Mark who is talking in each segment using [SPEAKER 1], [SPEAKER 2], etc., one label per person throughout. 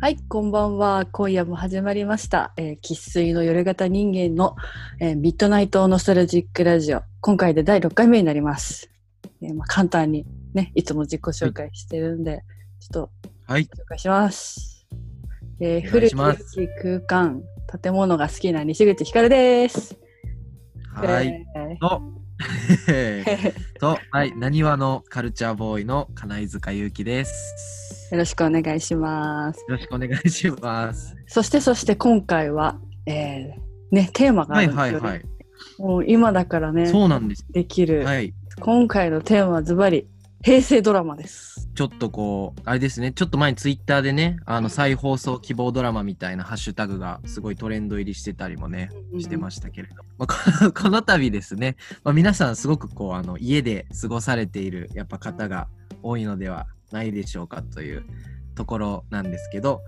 [SPEAKER 1] はい、こんばんは。今夜も始まりました。えー生粋の夜型人間の、えーミッドナイトノスタルジックラジオ。今回で第6回目になります。えーまあ、簡単にね、いつも自己紹介してるんで、ちょっ
[SPEAKER 2] はい。
[SPEAKER 1] と紹介します。えー
[SPEAKER 2] お願
[SPEAKER 1] 古
[SPEAKER 2] い
[SPEAKER 1] き
[SPEAKER 2] し
[SPEAKER 1] 良
[SPEAKER 2] ま
[SPEAKER 1] き
[SPEAKER 2] す
[SPEAKER 1] 空間、建物が好きな西口ひかるです。
[SPEAKER 2] はい。
[SPEAKER 1] えー
[SPEAKER 2] と、はい。なにわのカルチャーボーイの金井塚祐希です。
[SPEAKER 1] よ
[SPEAKER 2] よ
[SPEAKER 1] ろしくお願いします。
[SPEAKER 2] ろしくお願いし ます。
[SPEAKER 1] そしてそして今回は、えーね、テーマがあ
[SPEAKER 2] はい
[SPEAKER 1] るんですよ
[SPEAKER 2] は
[SPEAKER 1] ね
[SPEAKER 2] いはい。
[SPEAKER 1] もう今だからね、
[SPEAKER 2] そうなんです。
[SPEAKER 1] できる。
[SPEAKER 2] はい。
[SPEAKER 1] 今回のテーマはズバリ平成ドラマです。
[SPEAKER 2] ちょっとこう、あれですね。ちょっと前にツイッターでね、あの、再放送希望ドラマみたいなハッシュタグがすごいトレンド入りしてたりもね、してま
[SPEAKER 1] し
[SPEAKER 2] したけれど、まあ、こ この度ですね、まあ、皆さんすごくこうあの家で過ごされているやっぱ方が多いのではないでしょうかというところなんですけど、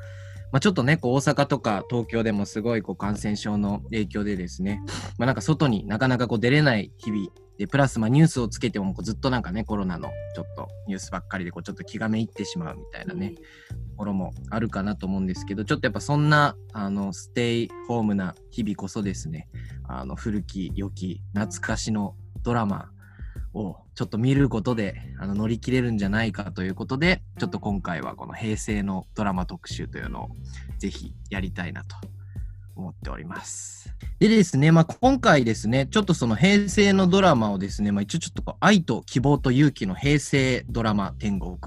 [SPEAKER 2] まあ、ちょっとねこう大阪とか東京でもすごいこう感染症の影響でですね、まあ、なんか外になかなかこう出れない日々でプラスまあニュースをつけてもこうずっとなんかねコロナのちょっとニュースばっかりでこうちょっと気がめいってしまうみたいなね、ところもあるかなと思うんですけどちょっとやっぱそんなあのステイホームな日々こそですねあの古き良き懐かしのドラマをちょっと見ることであの乗り切れるんじゃないかということでちょっと今回はこの平成のドラマ特集というのをぜひやりたいなと思っております。でですね、まあ、今回ですねちょっとその平成のドラマをですね、まあ、一応ちょっとこう愛と希望と勇気の平成ドラマ天国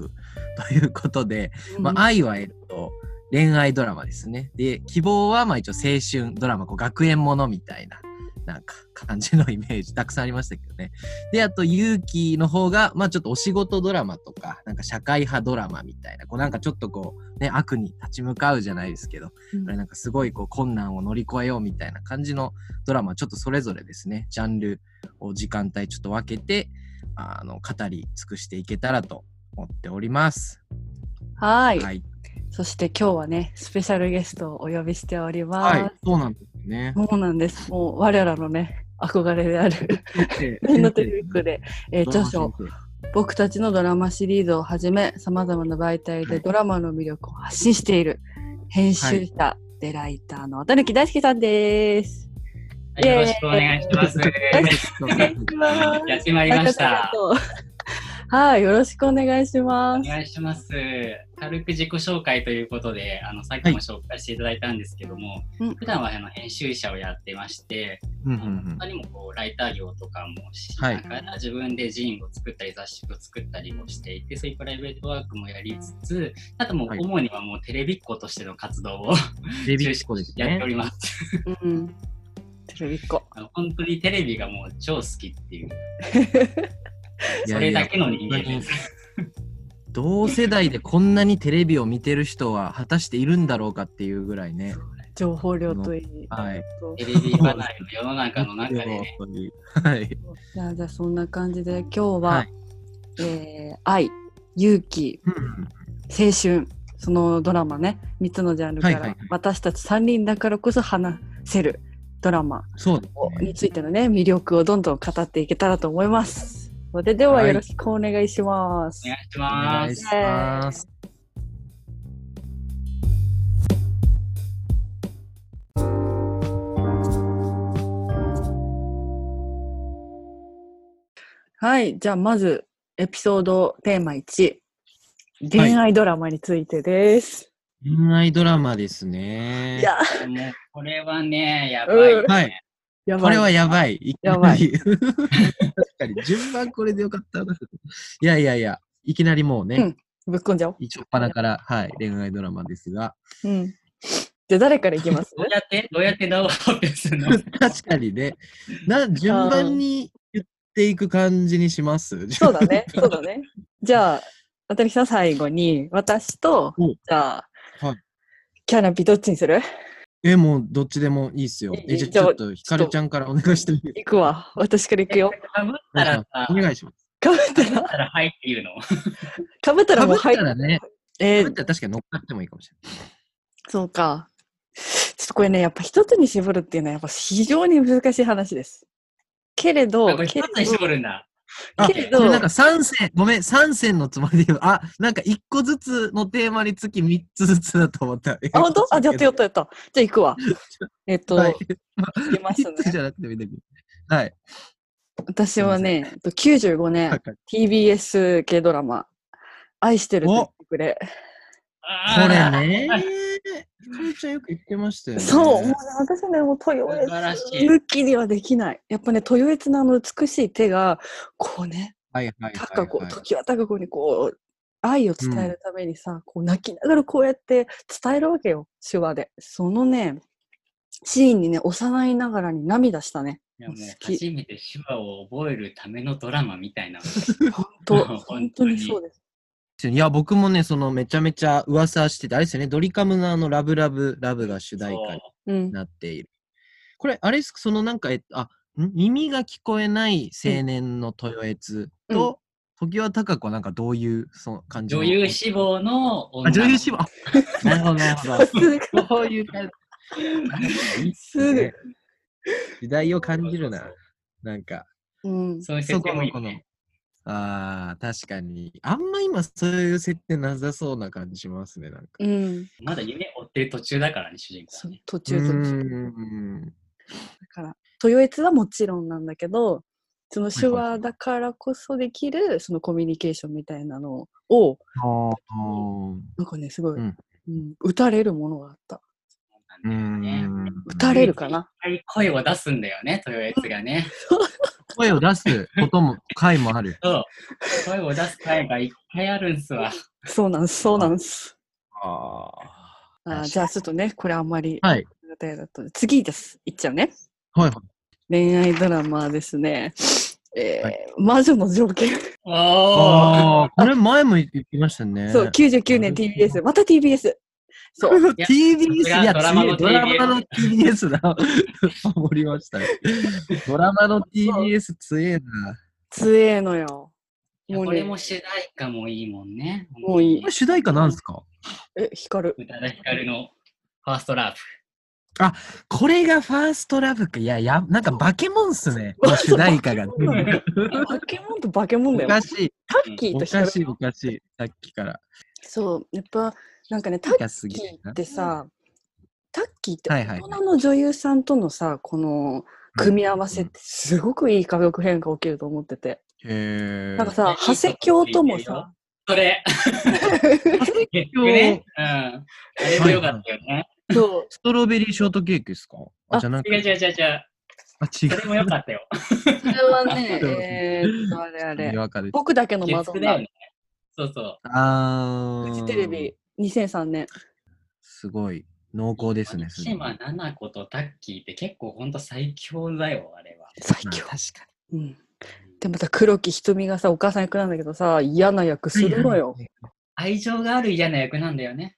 [SPEAKER 2] ということでまあ、愛は、えっと、恋愛ドラマですね。で、希望は、まあ一応青春ドラマ、こう学園ものみたいな、なんか感じのイメージ、たくさんありましたけどね。で、あと、勇気の方が、まあちょっとお仕事ドラマとか、なんか社会派ドラマみたいな、こうなんかちょっとこう、ね、悪に立ち向かうじゃないですけど、
[SPEAKER 1] うん
[SPEAKER 2] あれなんかすごいこう困難を乗り越えようみたいな感じのドラマ、ちょっとそれぞれですね、ジャンルを時間帯ちょっと分けて、あの、語り尽くしていけたらと思っております。
[SPEAKER 1] はい、
[SPEAKER 2] はい
[SPEAKER 1] そして今日はね、スペシャルゲストをお呼びしております。
[SPEAKER 2] はい、そうなんですよね。
[SPEAKER 1] そうなんです。もう我らのね、憧れである天のテレビックで、えー著書「僕たちのドラマ」シリーズをはじめさまざまな媒体
[SPEAKER 2] は
[SPEAKER 1] で
[SPEAKER 2] い
[SPEAKER 1] ドラマの魅力を発信している編集者、でライターの綿貫大輔さんです。
[SPEAKER 3] はいよろしくお願いします。やってまいりました。
[SPEAKER 1] はい、よろしくお願いし
[SPEAKER 3] お
[SPEAKER 1] ます。
[SPEAKER 3] 願いします。軽く自己紹介ということで、あのさっきも紹介していただいたんですけども、
[SPEAKER 1] うん
[SPEAKER 3] 普段はあの編集者をやってまして、
[SPEAKER 2] うんう
[SPEAKER 3] あの
[SPEAKER 2] ん
[SPEAKER 3] 他にもこうライター業とかもし
[SPEAKER 2] はい
[SPEAKER 3] ながら自分でジーンを作ったり雑誌を作ったりもしていて、そういうプライベートワークもやりつつ、あともう
[SPEAKER 2] はい
[SPEAKER 3] 主にはもうテレビっ子としての活動を
[SPEAKER 2] うんテレビっ子です
[SPEAKER 3] やっ
[SPEAKER 2] ね
[SPEAKER 3] てお。ります。
[SPEAKER 1] うん、テレビっ子。
[SPEAKER 3] あの本当にテレビがもう超好きっていう、
[SPEAKER 2] い
[SPEAKER 3] そ
[SPEAKER 2] やい
[SPEAKER 3] れ
[SPEAKER 2] や
[SPEAKER 3] だけの人間です。
[SPEAKER 2] 同世代でこんなにテレビを見てる人は果たしているんだろうかっていうぐらいね。
[SPEAKER 1] 情報量といい。
[SPEAKER 2] はい。
[SPEAKER 1] そう
[SPEAKER 3] テレビ離れの世の中の中でね、
[SPEAKER 2] 本当にはい。
[SPEAKER 1] じゃあ、じゃあそんな感じで今日は、
[SPEAKER 2] はい
[SPEAKER 1] えー愛、勇気、青春、そのドラマね、3つのジャンルから、
[SPEAKER 2] はいはいはい
[SPEAKER 1] 私たち3人だからこそ話せるドラマ
[SPEAKER 2] そうです
[SPEAKER 1] を
[SPEAKER 2] ね
[SPEAKER 1] についてのね、魅力をどんどん語っていけたらと思います。それでは
[SPEAKER 2] はい
[SPEAKER 1] よろしくお願いします。
[SPEAKER 3] お願いし
[SPEAKER 2] お
[SPEAKER 3] ま
[SPEAKER 2] 願い
[SPEAKER 3] す
[SPEAKER 2] し。ます。
[SPEAKER 1] はい、じゃあまずエピソードテーマ1、恋愛ドラマについてです。
[SPEAKER 2] 恋愛ドラマです
[SPEAKER 1] い、
[SPEAKER 2] ね。
[SPEAKER 1] や、
[SPEAKER 3] もうこれはね、やばい、ね
[SPEAKER 1] うん
[SPEAKER 2] はい。
[SPEAKER 1] や
[SPEAKER 2] こ
[SPEAKER 1] ばい。
[SPEAKER 2] れはやばい。いきな
[SPEAKER 1] やば
[SPEAKER 2] り。 確かに、順番これでよかったな。いやいやいや、いきなりもうね、
[SPEAKER 1] うんぶっこんじゃおう。
[SPEAKER 2] 一応っ端から、はい、恋愛ドラマですが、
[SPEAKER 1] うん。じゃあ誰からいき ます
[SPEAKER 3] どうやってどうやって動画を発表するの
[SPEAKER 2] 確かにね、な順番に言っていく感じにします。
[SPEAKER 1] そうだね。そうだね。じゃあ、渡辺さん最後に、私と、
[SPEAKER 2] お
[SPEAKER 1] じゃあ、
[SPEAKER 2] はい
[SPEAKER 1] キャラピどっちにする
[SPEAKER 2] え、もうどっちでもいいっすよ
[SPEAKER 1] い。い
[SPEAKER 2] え、じゃあ
[SPEAKER 1] じ
[SPEAKER 2] ち
[SPEAKER 1] ゃあ
[SPEAKER 2] ょっとひかるちゃんからお願いしてみる。
[SPEAKER 1] 行くわ。私から行くよ。
[SPEAKER 3] かぶったら さ、
[SPEAKER 2] お願いしま
[SPEAKER 1] かぶった
[SPEAKER 3] かぶ
[SPEAKER 1] ら、
[SPEAKER 3] ったらはいっていうの。
[SPEAKER 1] かぶった
[SPEAKER 2] す。
[SPEAKER 1] ら
[SPEAKER 2] か
[SPEAKER 1] も
[SPEAKER 2] ぶ
[SPEAKER 1] う
[SPEAKER 2] った
[SPEAKER 1] 入っ
[SPEAKER 2] らね、
[SPEAKER 1] えー
[SPEAKER 2] かぶったら確かに乗っかってもいいかもしれ
[SPEAKER 1] そうか。ちょっとこれね、やっぱ一つに絞るっていうのは、やっぱ非常に難しい話です。けれど
[SPEAKER 3] あこ、れ
[SPEAKER 1] け
[SPEAKER 3] 一
[SPEAKER 1] れ
[SPEAKER 3] つに絞るんだ。
[SPEAKER 2] あ
[SPEAKER 1] けれど
[SPEAKER 2] それなんか3線、ごめん、3線のつもりで言う。あ、なんか1個ずつのテーマにつき3つずつだと思った。
[SPEAKER 1] あ、本当あ、やったやったやった。じゃあ行くわ。えっと、
[SPEAKER 2] はい
[SPEAKER 1] 行きますね
[SPEAKER 2] 3つじゃなくてもいいんだけどはい。
[SPEAKER 1] 私はね、えっと95
[SPEAKER 2] は
[SPEAKER 1] 年
[SPEAKER 2] い、はい
[SPEAKER 1] TBS 系ドラマ、愛してると言ってくれ。
[SPEAKER 2] これ
[SPEAKER 3] あー
[SPEAKER 2] ね。ひかりちゃんよく言ってましたよね。
[SPEAKER 1] そう、もうね、私はね、もう豊
[SPEAKER 3] 素晴らし
[SPEAKER 1] 悦
[SPEAKER 3] い
[SPEAKER 1] 抜きにはできない。やっぱね、豊悦のあの美しい手が、こうね、
[SPEAKER 2] はいはいはい、は
[SPEAKER 1] 高
[SPEAKER 2] い。
[SPEAKER 1] 子、時は高子にこう、愛を伝えるためにさ、こう泣きながらこうやって伝えるわけよ、手話で。そのね、シーンにね、幼いながらに涙したね。
[SPEAKER 3] いやもう
[SPEAKER 1] 好き
[SPEAKER 3] 初めて手話を覚えるためのドラマみたいな。
[SPEAKER 1] 本 当
[SPEAKER 3] 本当に
[SPEAKER 1] 本当にそうです。
[SPEAKER 2] いや、僕もね、そのめちゃめちゃ噂してて、あれですよね、ドリカムのあの、ラブラブ、ラブが主題歌に
[SPEAKER 1] うん。
[SPEAKER 2] なっている。これ、あれっすそのなんか、えっとあ、ん耳が聞こえない青年の豊悦と、時は高子はなんかどういうその感じの
[SPEAKER 3] 女優志望の女
[SPEAKER 2] あ、
[SPEAKER 3] の子
[SPEAKER 2] 女優志望。あなるほど、なる ほど。こういう感じ。
[SPEAKER 1] すぐ
[SPEAKER 2] ね時代を感じるな。なんか。
[SPEAKER 1] うん。
[SPEAKER 3] そういう
[SPEAKER 2] そ
[SPEAKER 3] 設
[SPEAKER 2] こ
[SPEAKER 3] 定も
[SPEAKER 2] の
[SPEAKER 3] いい
[SPEAKER 2] この
[SPEAKER 3] ね。。
[SPEAKER 2] ああ、確かに。あんま今そういう設定なさそうな感じしますね、なんか。
[SPEAKER 1] うん。
[SPEAKER 3] まだ夢追ってる途中だからね、主人公
[SPEAKER 1] そ
[SPEAKER 3] はね
[SPEAKER 1] う。途
[SPEAKER 2] う
[SPEAKER 1] 中途中。
[SPEAKER 2] ーん。
[SPEAKER 1] だから豊悦はもちろんなんだけどその手話だからこそできるそのコミュニケーションみたいなのを
[SPEAKER 2] あ
[SPEAKER 1] なんかねすごい、う
[SPEAKER 2] うんん
[SPEAKER 1] 打たれるものがあった
[SPEAKER 2] ーうー
[SPEAKER 3] なんだよね。
[SPEAKER 2] ん。
[SPEAKER 1] 打たれるかな、
[SPEAKER 3] いっぱい声を出すんだよね、豊悦がね。
[SPEAKER 2] 声を出すことも、回もある。
[SPEAKER 3] そう。声を出す回がいっぱいあるんすわ。
[SPEAKER 1] そうなんですそうなんです
[SPEAKER 2] あ
[SPEAKER 1] あ
[SPEAKER 2] 確
[SPEAKER 1] ー
[SPEAKER 2] かに
[SPEAKER 1] じゃあちょっとねこれあんまり
[SPEAKER 2] はい。
[SPEAKER 1] 苦手だったので次ですいっちゃうね
[SPEAKER 2] はい。
[SPEAKER 1] 恋愛ドラマですねえー
[SPEAKER 2] は
[SPEAKER 1] 魔女の条件、
[SPEAKER 3] お
[SPEAKER 2] ああ、これ前も言ってましたね。
[SPEAKER 1] そう99年 TBS また TBS そう
[SPEAKER 2] TBS、いや、
[SPEAKER 3] ドラマの
[SPEAKER 2] 強いドラマの TBS だ。 守りましたね。ドラマの TBS 強えな。
[SPEAKER 1] 強えのよ
[SPEAKER 3] ー。
[SPEAKER 1] う
[SPEAKER 3] こ
[SPEAKER 1] ね
[SPEAKER 3] れも主題歌もいいもんね。
[SPEAKER 1] もういい
[SPEAKER 2] これ主題歌なんですか
[SPEAKER 1] え光 る
[SPEAKER 3] 宇多田ヒカルのファーストラ
[SPEAKER 2] これがファーストラブか。いや、や、なんかバケモンっすね。この主題 歌が。
[SPEAKER 1] そうなのよバケモンとバケモンだ
[SPEAKER 2] お
[SPEAKER 1] よ
[SPEAKER 2] かしい。
[SPEAKER 1] タッキーと
[SPEAKER 2] おか
[SPEAKER 1] 光
[SPEAKER 2] しい、おかしい。さっきから。
[SPEAKER 1] そう、やっぱ、なんかね、タッ
[SPEAKER 2] い
[SPEAKER 1] キ
[SPEAKER 2] や、すげえ
[SPEAKER 1] ー
[SPEAKER 2] な
[SPEAKER 1] っ。てさ、タッキーって
[SPEAKER 2] はいはい
[SPEAKER 1] 大人の女優さんとのさ、この組み合わせってすごくいい化学変化起きると思ってて。
[SPEAKER 2] へ
[SPEAKER 1] なんか
[SPEAKER 2] ー。
[SPEAKER 1] さ、長谷京ともさ、
[SPEAKER 3] ブ。それ。結局ね。うん。あれも良かったよね。
[SPEAKER 1] そう、
[SPEAKER 2] ストロベリーショートケーキですか
[SPEAKER 1] あ
[SPEAKER 2] あ、じゃなく
[SPEAKER 3] 違う
[SPEAKER 2] て。
[SPEAKER 3] 違う違う違う。
[SPEAKER 2] あ、違
[SPEAKER 3] それも良
[SPEAKER 2] う。、
[SPEAKER 3] かっ たよ。
[SPEAKER 1] それはね
[SPEAKER 2] そう
[SPEAKER 1] えーっと、あれあ
[SPEAKER 2] に
[SPEAKER 1] れ、
[SPEAKER 2] わかる。
[SPEAKER 1] 僕だけのマ
[SPEAKER 3] 月
[SPEAKER 1] ド
[SPEAKER 3] 9
[SPEAKER 1] ン
[SPEAKER 3] だよ
[SPEAKER 1] ナ、
[SPEAKER 3] ね。そうそう。
[SPEAKER 2] あー
[SPEAKER 1] フジテレビ。2003年。
[SPEAKER 2] すごい。濃厚ですね。それ
[SPEAKER 3] 島奈々子とタッキーって結構ほんと最強だよ、あれは。
[SPEAKER 1] 最
[SPEAKER 2] まあ
[SPEAKER 1] 強
[SPEAKER 2] 確。か
[SPEAKER 1] うん。で、また黒木瞳がさ、お母さん役なんだけどさ、嫌な役す
[SPEAKER 2] に。
[SPEAKER 1] るのよ。
[SPEAKER 3] 愛情がある嫌な役なんだ よね。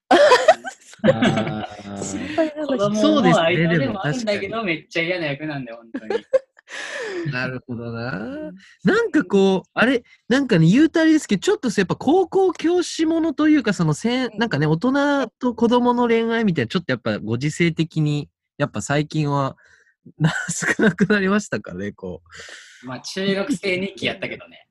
[SPEAKER 2] あ
[SPEAKER 1] 心
[SPEAKER 2] ー
[SPEAKER 1] 配な
[SPEAKER 3] 子
[SPEAKER 1] のに。
[SPEAKER 3] 供も愛情
[SPEAKER 2] そうですね
[SPEAKER 3] で
[SPEAKER 2] でも
[SPEAKER 3] もあるんだけど、めっちゃ嫌な役なんだよ、本 当に。
[SPEAKER 2] なるほどな。なんかこう、あれ、なんかね、言うたりですけど、ちょっとそうやっぱ高校教師ものというか、そのせん、なんかね、大人と子供の恋愛みたいな、ちょっとやっぱご時世的に、やっぱ最近は、 な少なくなりましたかね、こ
[SPEAKER 3] まあ、中学生日記やったけどね。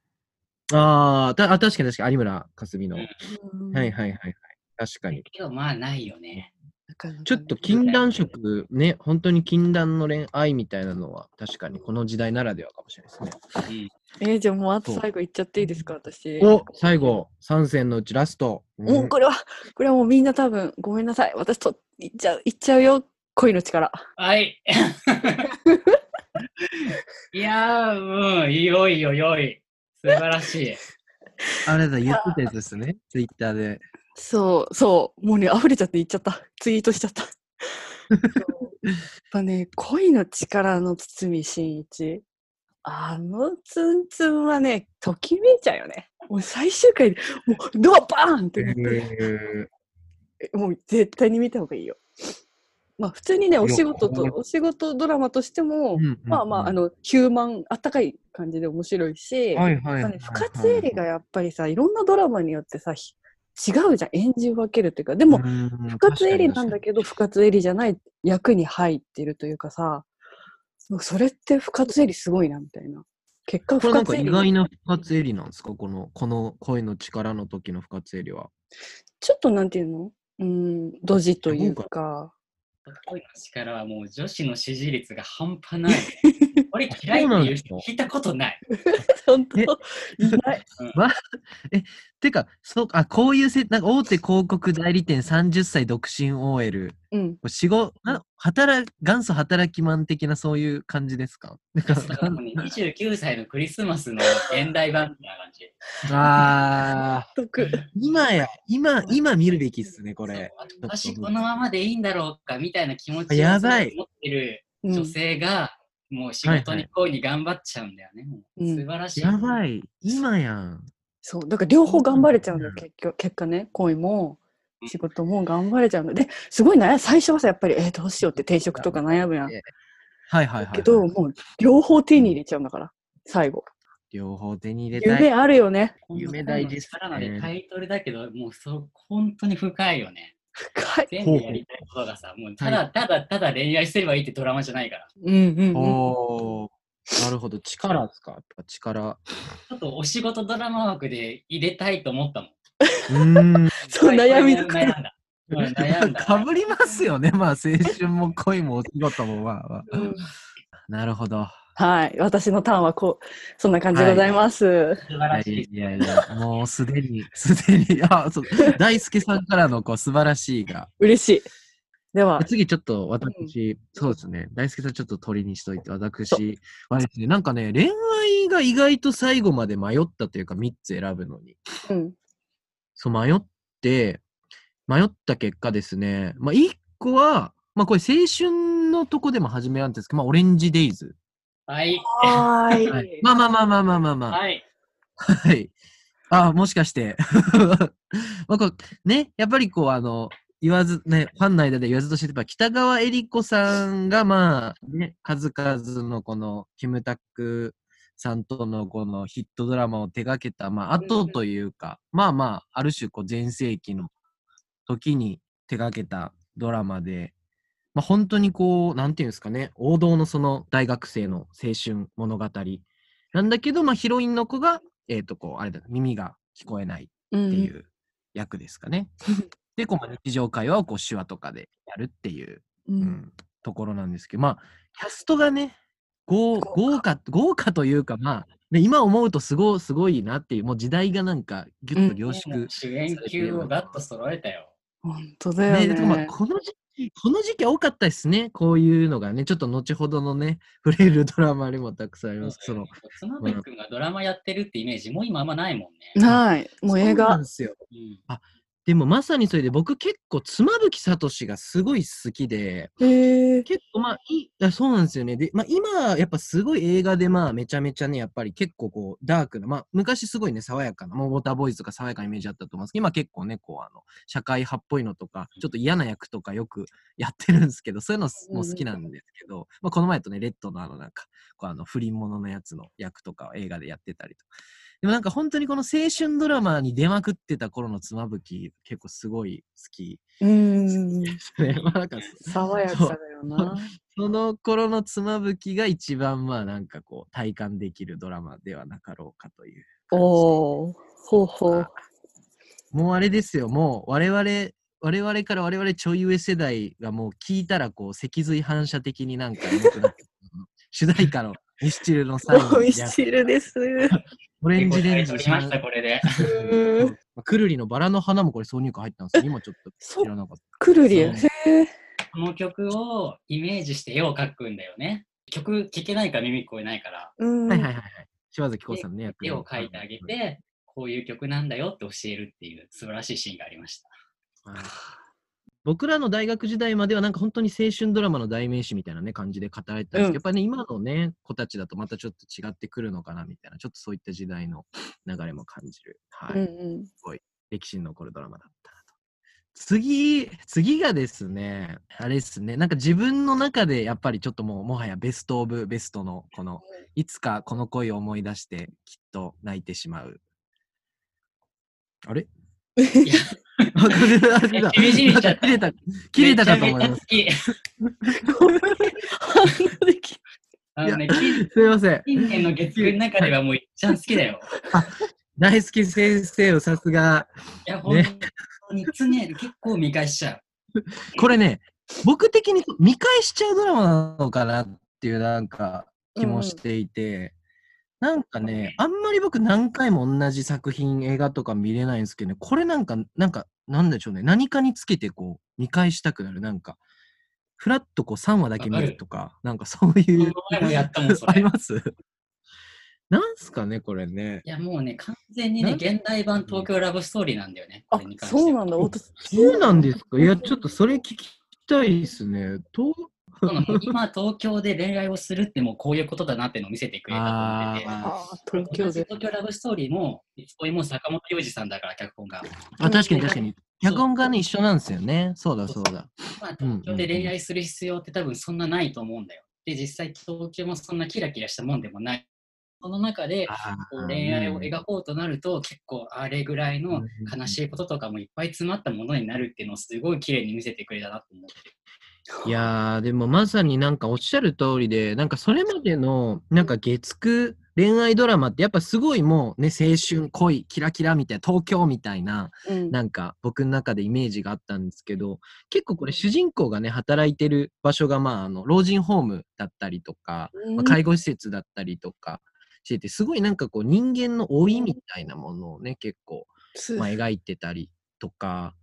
[SPEAKER 2] う。あーたあ、確かに確かに、有村架純の。
[SPEAKER 3] う
[SPEAKER 2] は
[SPEAKER 3] ん
[SPEAKER 2] い
[SPEAKER 1] うん
[SPEAKER 2] はいはいはい。確かに。
[SPEAKER 3] けど、まあ、ないよね。
[SPEAKER 1] なかなかね
[SPEAKER 2] ちょっと禁断色、ね、本当に禁断の恋愛みたいなのは、確かにこの時代ならではかもしれないですね。
[SPEAKER 3] うん。
[SPEAKER 1] えー、じゃあもうあと
[SPEAKER 2] そう
[SPEAKER 1] 最後いっちゃっていいですか、私。
[SPEAKER 2] お最後、3戦のうちラスト。
[SPEAKER 1] も
[SPEAKER 2] う
[SPEAKER 1] うんこれは、これはもうみんな多分、ごめんなさい。私と、いっちゃう、いっちゃうよ。恋の力。
[SPEAKER 3] はい。いやー、うん、良いよ、良い。素晴らしい。
[SPEAKER 2] あれだ、言ってたやつですね。ツイッターで。
[SPEAKER 1] そう、そう。もうね、溢れちゃって言っちゃった。ツイートしちゃ った。そうやっぱね、恋の力の堤真一。あのツンツンはね、ときめいちゃうよね。もう最終回で、もうドアバーンってなって。えもう絶対に見た方がいいよ。まあ普通にね、お仕事と
[SPEAKER 2] いや、
[SPEAKER 1] お仕事ドラマとしても、まあまあ、あの、ヒューマン、あったかい感じで面白いし、
[SPEAKER 2] はい
[SPEAKER 1] やっ
[SPEAKER 2] はいはい。
[SPEAKER 1] ぱね深津絵里がやっぱりさ、いろんなドラマによってさ、ひ違うじゃん、演じ分けるっていうか、でも、
[SPEAKER 2] うん、
[SPEAKER 1] 深津絵里なんだけど、深津絵里じゃない役に入ってるというかさ、それって深津絵里すごいな、みたいな。結果
[SPEAKER 2] こ
[SPEAKER 1] 不
[SPEAKER 2] れなん
[SPEAKER 1] 活
[SPEAKER 2] か
[SPEAKER 1] エ
[SPEAKER 2] 意
[SPEAKER 1] リ
[SPEAKER 2] 外な不活エリなんですかこの、この声の力の時の不活エリは。
[SPEAKER 1] ちょっとなんていうのうんドジというか
[SPEAKER 3] 声の力はもう女子の支持率が半端ない。俺嫌いっていう人聞いたことない。
[SPEAKER 1] 本当いない
[SPEAKER 2] てか、そうあ、こういうせ、なんか大手広告代理店30歳独身 OL、
[SPEAKER 1] うん
[SPEAKER 2] 仕事、な働、元祖働きマン的なそういう感じですかなんか
[SPEAKER 3] だからもうね29歳のクリスマスの現代版みたいな感じ。
[SPEAKER 2] あ
[SPEAKER 1] 得
[SPEAKER 2] ー、今や、今、今見るべきっすね、こ
[SPEAKER 3] こ
[SPEAKER 2] れ。。
[SPEAKER 3] 私このままでいいんだろうかみたいな気持ちを
[SPEAKER 2] やばい
[SPEAKER 3] 持ってる
[SPEAKER 1] うん
[SPEAKER 3] 女性が、もう仕事に恋に頑張っちゃうんだよね。もう
[SPEAKER 1] うん
[SPEAKER 3] 素晴らしい。
[SPEAKER 2] やばい、今やん。
[SPEAKER 1] そうだから両方頑張れちゃうんだよ
[SPEAKER 2] うん
[SPEAKER 1] 結局結果ね恋も
[SPEAKER 3] うん
[SPEAKER 1] 仕事も頑張れちゃうんだですごい悩最初はさやっぱりえーどうしようって転職とか悩むやん
[SPEAKER 2] えはいはいはいはい。
[SPEAKER 1] けどもう両方手に入れちゃうんだから最後
[SPEAKER 2] 両方手に入れたい。
[SPEAKER 1] 夢あるよね
[SPEAKER 2] 夢大事っすね
[SPEAKER 3] こんな本の力のねタイトルだけど、もうそう本当に深いよね。
[SPEAKER 1] 深い
[SPEAKER 3] 全部やりたいことがさ、もうただただただ恋愛すればいいってドラマじゃないから。
[SPEAKER 1] うんうんうん
[SPEAKER 2] おお、なるほど。力ですかやっぱ力。
[SPEAKER 3] ちょっとお仕事ドラマ枠で入れたいと思ったもん。
[SPEAKER 2] うー ん。
[SPEAKER 1] そう悩み
[SPEAKER 3] 悩
[SPEAKER 1] ど
[SPEAKER 3] ん
[SPEAKER 1] ころ
[SPEAKER 3] だ。うん悩んだ。
[SPEAKER 2] かぶりますよね。まあ、青春も恋もお仕事もまあまあ
[SPEAKER 1] うん
[SPEAKER 2] なるほど。
[SPEAKER 1] はい私のターンはこうそんな感じでございます
[SPEAKER 3] 素晴らしい。
[SPEAKER 2] いやいやいや、もうすでに、 すでに、あ、そう、大輔さんからのこう素晴らしいが。
[SPEAKER 1] 嬉しいで は
[SPEAKER 2] 次ちょっと私、そうですね、大輔さんちょっと鳥にしといて、私はですね、なんかね、恋愛が意外と最後まで迷ったというか、3つ選ぶのに。
[SPEAKER 1] うん
[SPEAKER 2] そう、迷って、迷った結果ですね、まあ、1個は、まあ、これ青春のとこでも始めらんですけど、まあ、オレンジデイズ。
[SPEAKER 3] はい。
[SPEAKER 1] は
[SPEAKER 2] はいい、まあまあまあまあまあまあまあ。
[SPEAKER 3] はい。
[SPEAKER 2] はい。あ、もしかして。 まあこうね、やっぱりこう、あの、言わず、ね、ファンの間で言わずとして、やっぱ北川恵理子さんが、まあ、ね、数々のこの、キムタクさんとのこのヒットドラマを手掛けた、まあ、後というか、まあまあ、ある種、こう、全盛期の時に手掛けたドラマで、まあ、本当にこう、なんていうんですかね、王道のその大学生の青春物語なんだけど、まあ、ヒロインの子が、えっ、と、こう、あれだ、耳が聞こえない
[SPEAKER 1] うんう
[SPEAKER 2] ってい
[SPEAKER 1] ん
[SPEAKER 2] う役ですかね。で、こうまあ日常会話をこう手話とかでやるっていう、
[SPEAKER 1] う
[SPEAKER 2] うん
[SPEAKER 1] ん
[SPEAKER 2] ところなんですけど、まあ、キャストがね、豪
[SPEAKER 1] 豪
[SPEAKER 2] 豪華豪華というか、まあ、ね、今思うとすごいすごいなっていう、もう時代がなんかぎゅっと凝
[SPEAKER 3] も
[SPEAKER 2] 縮
[SPEAKER 3] う主演級をガッと揃えたよ。
[SPEAKER 1] 本当だよ
[SPEAKER 2] ね、
[SPEAKER 1] ね
[SPEAKER 2] でまあこの時期、この時期は多かったですね。こういうのがね、ちょっと後ほどのね、触れるドラマにもたくさんあります。その、
[SPEAKER 3] 妻夫木君がドラマやってるってイメージ、もう今あんまないもんね。
[SPEAKER 1] ないもう映
[SPEAKER 2] そうなん
[SPEAKER 1] 画
[SPEAKER 2] ですよ。
[SPEAKER 3] うん
[SPEAKER 2] でもまさにそれで僕結構妻夫木聡がすごい好きで、
[SPEAKER 1] へえ
[SPEAKER 2] 結構まあいいあ、そうなんですよね。で、まあ今やっぱすごい映画でまあめちゃめちゃね、やっぱり結構こうダークな、まあ昔すごいね、爽やかな、もうウォーターボーイズとか爽やかなイメージあったと思うんですけど、今結構ね、こうあの、社会派っぽいのとか、ちょっと嫌な役とかよくやってるんですけど、そういうのすもう好きなんですけど、まあこの前だとね、レッドのあのなんか、こうあの不倫者のやつの役とかを映画でやってたりとか。でもなんか本当にこの青春ドラマに出まくってた頃の妻夫木、結構すごい好 き
[SPEAKER 1] うん
[SPEAKER 2] ですね。まあなんか
[SPEAKER 1] 爽やかだよな
[SPEAKER 2] その頃の妻夫木が一番まあなんかこう体感できるドラマではなかろうかという。
[SPEAKER 1] おおほうほう
[SPEAKER 2] もうあれですよ、もう我々、我々から我々ちょい上世代がもう聞いたらこう脊髄反射的になんか重くなってくる主題歌のミスチルの最後
[SPEAKER 1] お
[SPEAKER 2] に
[SPEAKER 1] ミ
[SPEAKER 2] や
[SPEAKER 1] シルです
[SPEAKER 2] オレンジレンジ
[SPEAKER 3] 取りました、これで。
[SPEAKER 1] うーん
[SPEAKER 2] くるりのバラの花もこれ挿入歌入ったんですけど今ちょっと
[SPEAKER 1] そ
[SPEAKER 2] 知らなかっ
[SPEAKER 1] くるりへ
[SPEAKER 2] そ
[SPEAKER 1] え
[SPEAKER 3] この曲をイメージして絵を描くんだよね。曲聴けないから耳聞こえないから、
[SPEAKER 1] うん
[SPEAKER 2] た。はいはいはいはい。柴咲コウさんのね、役
[SPEAKER 3] 絵を描いてあげ。て、こういう曲なんだよって教えるっていう素晴らしいシーンがありました。
[SPEAKER 2] はい僕らの大学時代まではなんか本当に青春ドラマの代名詞みたいなね感じで語られてたんですけど、
[SPEAKER 1] うん
[SPEAKER 2] やっぱりね今のね子たちだとまたちょっと違ってくるのかなみたいなちょっとそういった時代の流れも感じる、はい
[SPEAKER 1] うんうん
[SPEAKER 2] 歴史に残るドラマだったなと次次がですねあれですねなんか自分の中でやっぱりちょっともうもはやベスト・オブ・ベストのこのいつかこの恋を思い出してきっと泣いてしまうあれ
[SPEAKER 3] いや
[SPEAKER 2] あ切れた切 れた
[SPEAKER 3] 厳しいしちゃっ た
[SPEAKER 2] 切れた切れたかと思います
[SPEAKER 3] めちゃめちゃ好き
[SPEAKER 1] 反応でき
[SPEAKER 3] あのね、近
[SPEAKER 2] すいません。
[SPEAKER 3] 近年の月9の中ではもう一番好きだよ。
[SPEAKER 2] 大好き先生をさすが。
[SPEAKER 3] いや、本当に常に結構見返しちゃう。
[SPEAKER 2] これね、僕的に見返しちゃうドラマなのかなっていうなんか気もしていて、なんかね、あんまり僕何回も同じ作品、映画とか見れないんですけどね、これなんか、なんか、なんでしょうね、何かにつけてこう、見返したくなる、なんか、ふらっとこう3話だけ見るとか、なんかそう
[SPEAKER 3] こ
[SPEAKER 2] いう
[SPEAKER 3] の、前もやったもん、そ
[SPEAKER 2] あ
[SPEAKER 3] れ。
[SPEAKER 2] り
[SPEAKER 3] い
[SPEAKER 2] ますなんすかね、これね。
[SPEAKER 3] や、もうね、完全にね、
[SPEAKER 2] なん
[SPEAKER 3] 現代版東京ラブストーリーなんだよね。
[SPEAKER 1] あ
[SPEAKER 3] これに関しては
[SPEAKER 1] そうなんだ。おと
[SPEAKER 2] そうなんですかいや、ちょっとそれ聞きたいですね。と
[SPEAKER 3] そうなの今、東京で恋愛をするってもうこういうことだなってのを見せてくれたと思ってて。
[SPEAKER 2] あ
[SPEAKER 1] あー東京で。
[SPEAKER 3] 東京ラブストーリーも、いつこいも坂本龍二さんだから、脚本が。
[SPEAKER 2] あ、確かに確かに。脚本家ね、一緒なんですよね。そうだそうだ。
[SPEAKER 3] まあ、
[SPEAKER 2] うんうんうん
[SPEAKER 3] 東京で恋愛する必要って多分そんなないと思うんだよ。で、実際東京もそんなキラキラしたもんでもない。その中でこう恋愛を描こうとなると、結構あれぐらいの悲しいこととかもいっぱい詰まったものになるっていうのをすごい綺麗に見せてくれたなと思って。
[SPEAKER 2] いやー、でもまさになんかおっしゃる通りで、なんかそれまでの、なんか月9恋愛ドラマってやっぱすごいもうね、青春、恋、キラキラみたいな、東京みたいな、
[SPEAKER 1] うん
[SPEAKER 2] なんか僕の中でイメージがあったんですけど、結構これ主人公がね、働いてる場所がまあ、あの、老人ホームだったりとか、まあ、介護施設だったりとかしてて、すごいなんかこう人間の老いみたいなものをね、結構
[SPEAKER 1] す
[SPEAKER 2] まあ、描いてたりとか、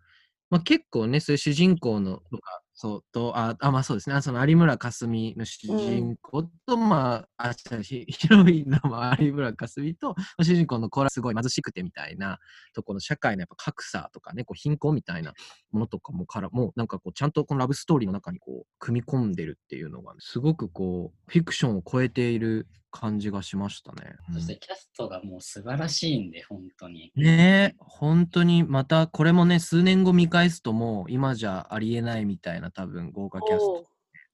[SPEAKER 2] まあ、結構ねそういう主人公のとかそうとああまあそうですねあその有村架純の主人公と、まああ違う ヒヒロインの、まあ、有村架純と、まあ主人公の子らすごい貧しくてみたいなとこの社会のやっぱ格差とかねこう貧困みたいなものとかもからもなんかこうちゃんとこのラブストーリーの中にこう組み込んでるっていうのが、すごくこうフィクションを超えている感じがしましたね。うん
[SPEAKER 3] そしてキャストがもう素晴らしいんで、本当に。
[SPEAKER 2] ねえ、本当にまたこれもね、数年後見返すともう今じゃありえないみたいな多分豪華キャスト
[SPEAKER 1] お
[SPEAKER 2] に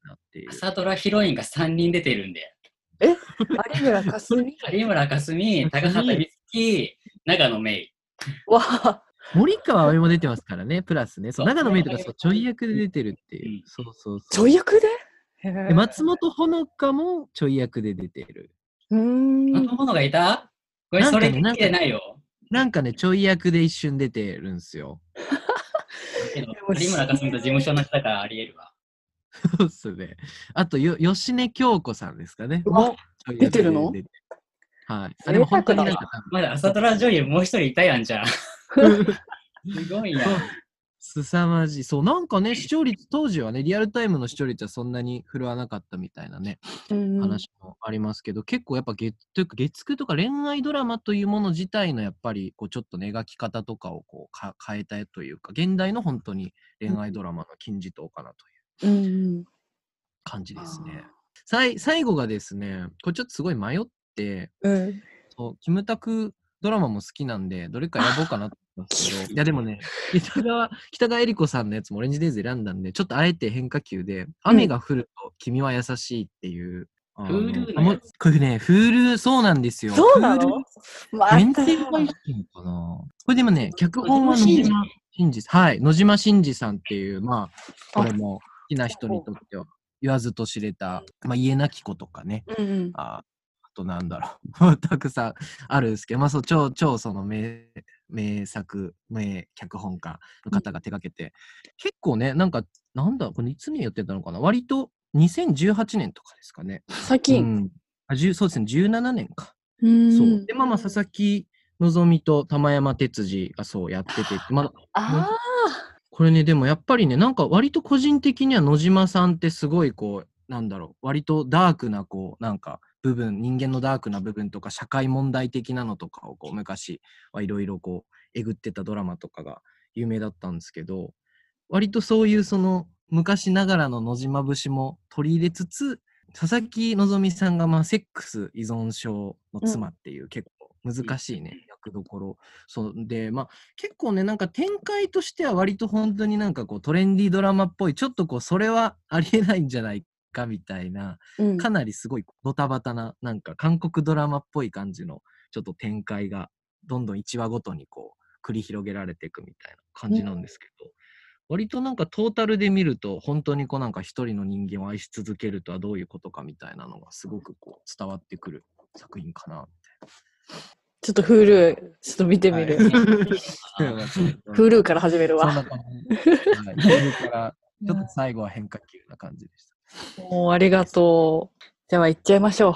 [SPEAKER 2] なっている。
[SPEAKER 3] 朝ドラヒロインが3人出てるんで。
[SPEAKER 1] ー有村架純
[SPEAKER 3] 有村架純、高畑美月、長野芽衣。
[SPEAKER 1] わあ
[SPEAKER 2] 森川葵も出てますから ね、プラスね、そう
[SPEAKER 3] そう
[SPEAKER 2] 長野芽郁とかそうちょい役で出てるっていうう。そうそう
[SPEAKER 1] ち
[SPEAKER 2] そ
[SPEAKER 1] ょ
[SPEAKER 2] う。
[SPEAKER 1] い役でへー
[SPEAKER 2] で松本穂香もちょい役で出てる。
[SPEAKER 1] うーん
[SPEAKER 3] あのものがいたこれ、
[SPEAKER 2] なん
[SPEAKER 3] そ
[SPEAKER 2] かね
[SPEAKER 3] れ見てないよ。
[SPEAKER 2] なんかね、ちょい役で一瞬出てるんですよ。
[SPEAKER 3] けど有村架純と事務所の人だからありえるわ。
[SPEAKER 2] そうっすね。あとよ、吉根京子さんですかね。
[SPEAKER 1] うわ
[SPEAKER 2] ちょい役で
[SPEAKER 1] 出てるの
[SPEAKER 2] 出てはい。
[SPEAKER 1] 贅沢だわ
[SPEAKER 2] あでも本当になんか多分
[SPEAKER 3] まだ朝ドラ女優もう一人いたやんじゃん。すごいやん。
[SPEAKER 2] すさまじい。そう、なんかね、視聴率、当時はね、リアルタイムの視聴率はそんなに振るわなかったみたいなね、
[SPEAKER 1] うん
[SPEAKER 2] 話もありますけど、結構やっぱ月、というか月9とか恋愛ドラマというもの自体のやっぱり、こう、ちょっとね描き方とかをこうか変えたというか、現代の本当に恋愛ドラマの金字塔かなという
[SPEAKER 1] うんうん
[SPEAKER 2] 感じですね
[SPEAKER 3] あ。
[SPEAKER 2] さい最後がですね、これちょっとすごい迷って、
[SPEAKER 1] うん
[SPEAKER 2] そうキムタクドラマも好きなんで、どれか選ぼうかなと思ったんですけど、いやでもね、 北川、北川恵理子さんのやつもオレンジデイズ選んだんで、ちょっとあえて変化球で、雨が降ると君は優しいっていう。あの
[SPEAKER 3] Hulu
[SPEAKER 2] あもうこれね、フール、そうなんですよ。
[SPEAKER 1] そうな
[SPEAKER 2] Hulu
[SPEAKER 1] のまた
[SPEAKER 2] 限定配信かな。これでもね、脚本は野
[SPEAKER 3] 野
[SPEAKER 2] 島
[SPEAKER 3] 島
[SPEAKER 2] 真二さん。はい、野島真二さんっていう、まあ、これも好きな人にとっては言わずと知れた、まあ、家なき子とかね、
[SPEAKER 1] うんうん
[SPEAKER 2] あ あとなんだろう たくさんあるんですけど、まあ、そう超超その名名作名脚本家の方が手掛けて、結構ねなんかなんだこれいつにやってたのかな割と2018年とかですかね。
[SPEAKER 1] 最
[SPEAKER 2] う
[SPEAKER 1] 近
[SPEAKER 2] ん、あじゅうそうですね17年か。
[SPEAKER 1] うん
[SPEAKER 2] そうでまあまあ佐々木希と玉山哲司がそうやってて、まあ、
[SPEAKER 1] あ
[SPEAKER 2] これね、でもやっぱりね、なんか割と個人的には野島さんってすごいこう、なんだろう、割とダークなこう、なんか部分、人間のダークな部分とか、社会問題的なのとかをこう、昔はいろいろこう、えぐってたドラマとかが有名だったんですけど、割とそういうその、昔ながらの野島節も取り入れつつ、佐々木希さんがまあセックス依存症の妻っていう結構難しいね、役どころ。そうで、まあ結構ねなんか展開としては割と本当になんかこうトレンディードラマっぽいちょっとこうそれはありえないんじゃないかみたいな
[SPEAKER 1] ーうん
[SPEAKER 2] かなりすごいドタバタななんか韓国ドラマっぽい感じのちょっと展開がどんどん1話ごとにこう繰り広げられていくみたいな感じなんですけど、割となんかトータルで見ると本当にこうなんか一人の人間を愛し続けるとはどういうことかみたいなのがすごくこう伝わってくる作品かな
[SPEAKER 1] ちょっと Hulu、ちょっと見てみる。
[SPEAKER 2] は
[SPEAKER 1] Hulu から始める
[SPEAKER 2] そん
[SPEAKER 1] わ。
[SPEAKER 2] な感じ。はい、Hulu からちょっと最後は変化球な感じでし
[SPEAKER 1] もうありがとう。じゃあ行っちゃいましょ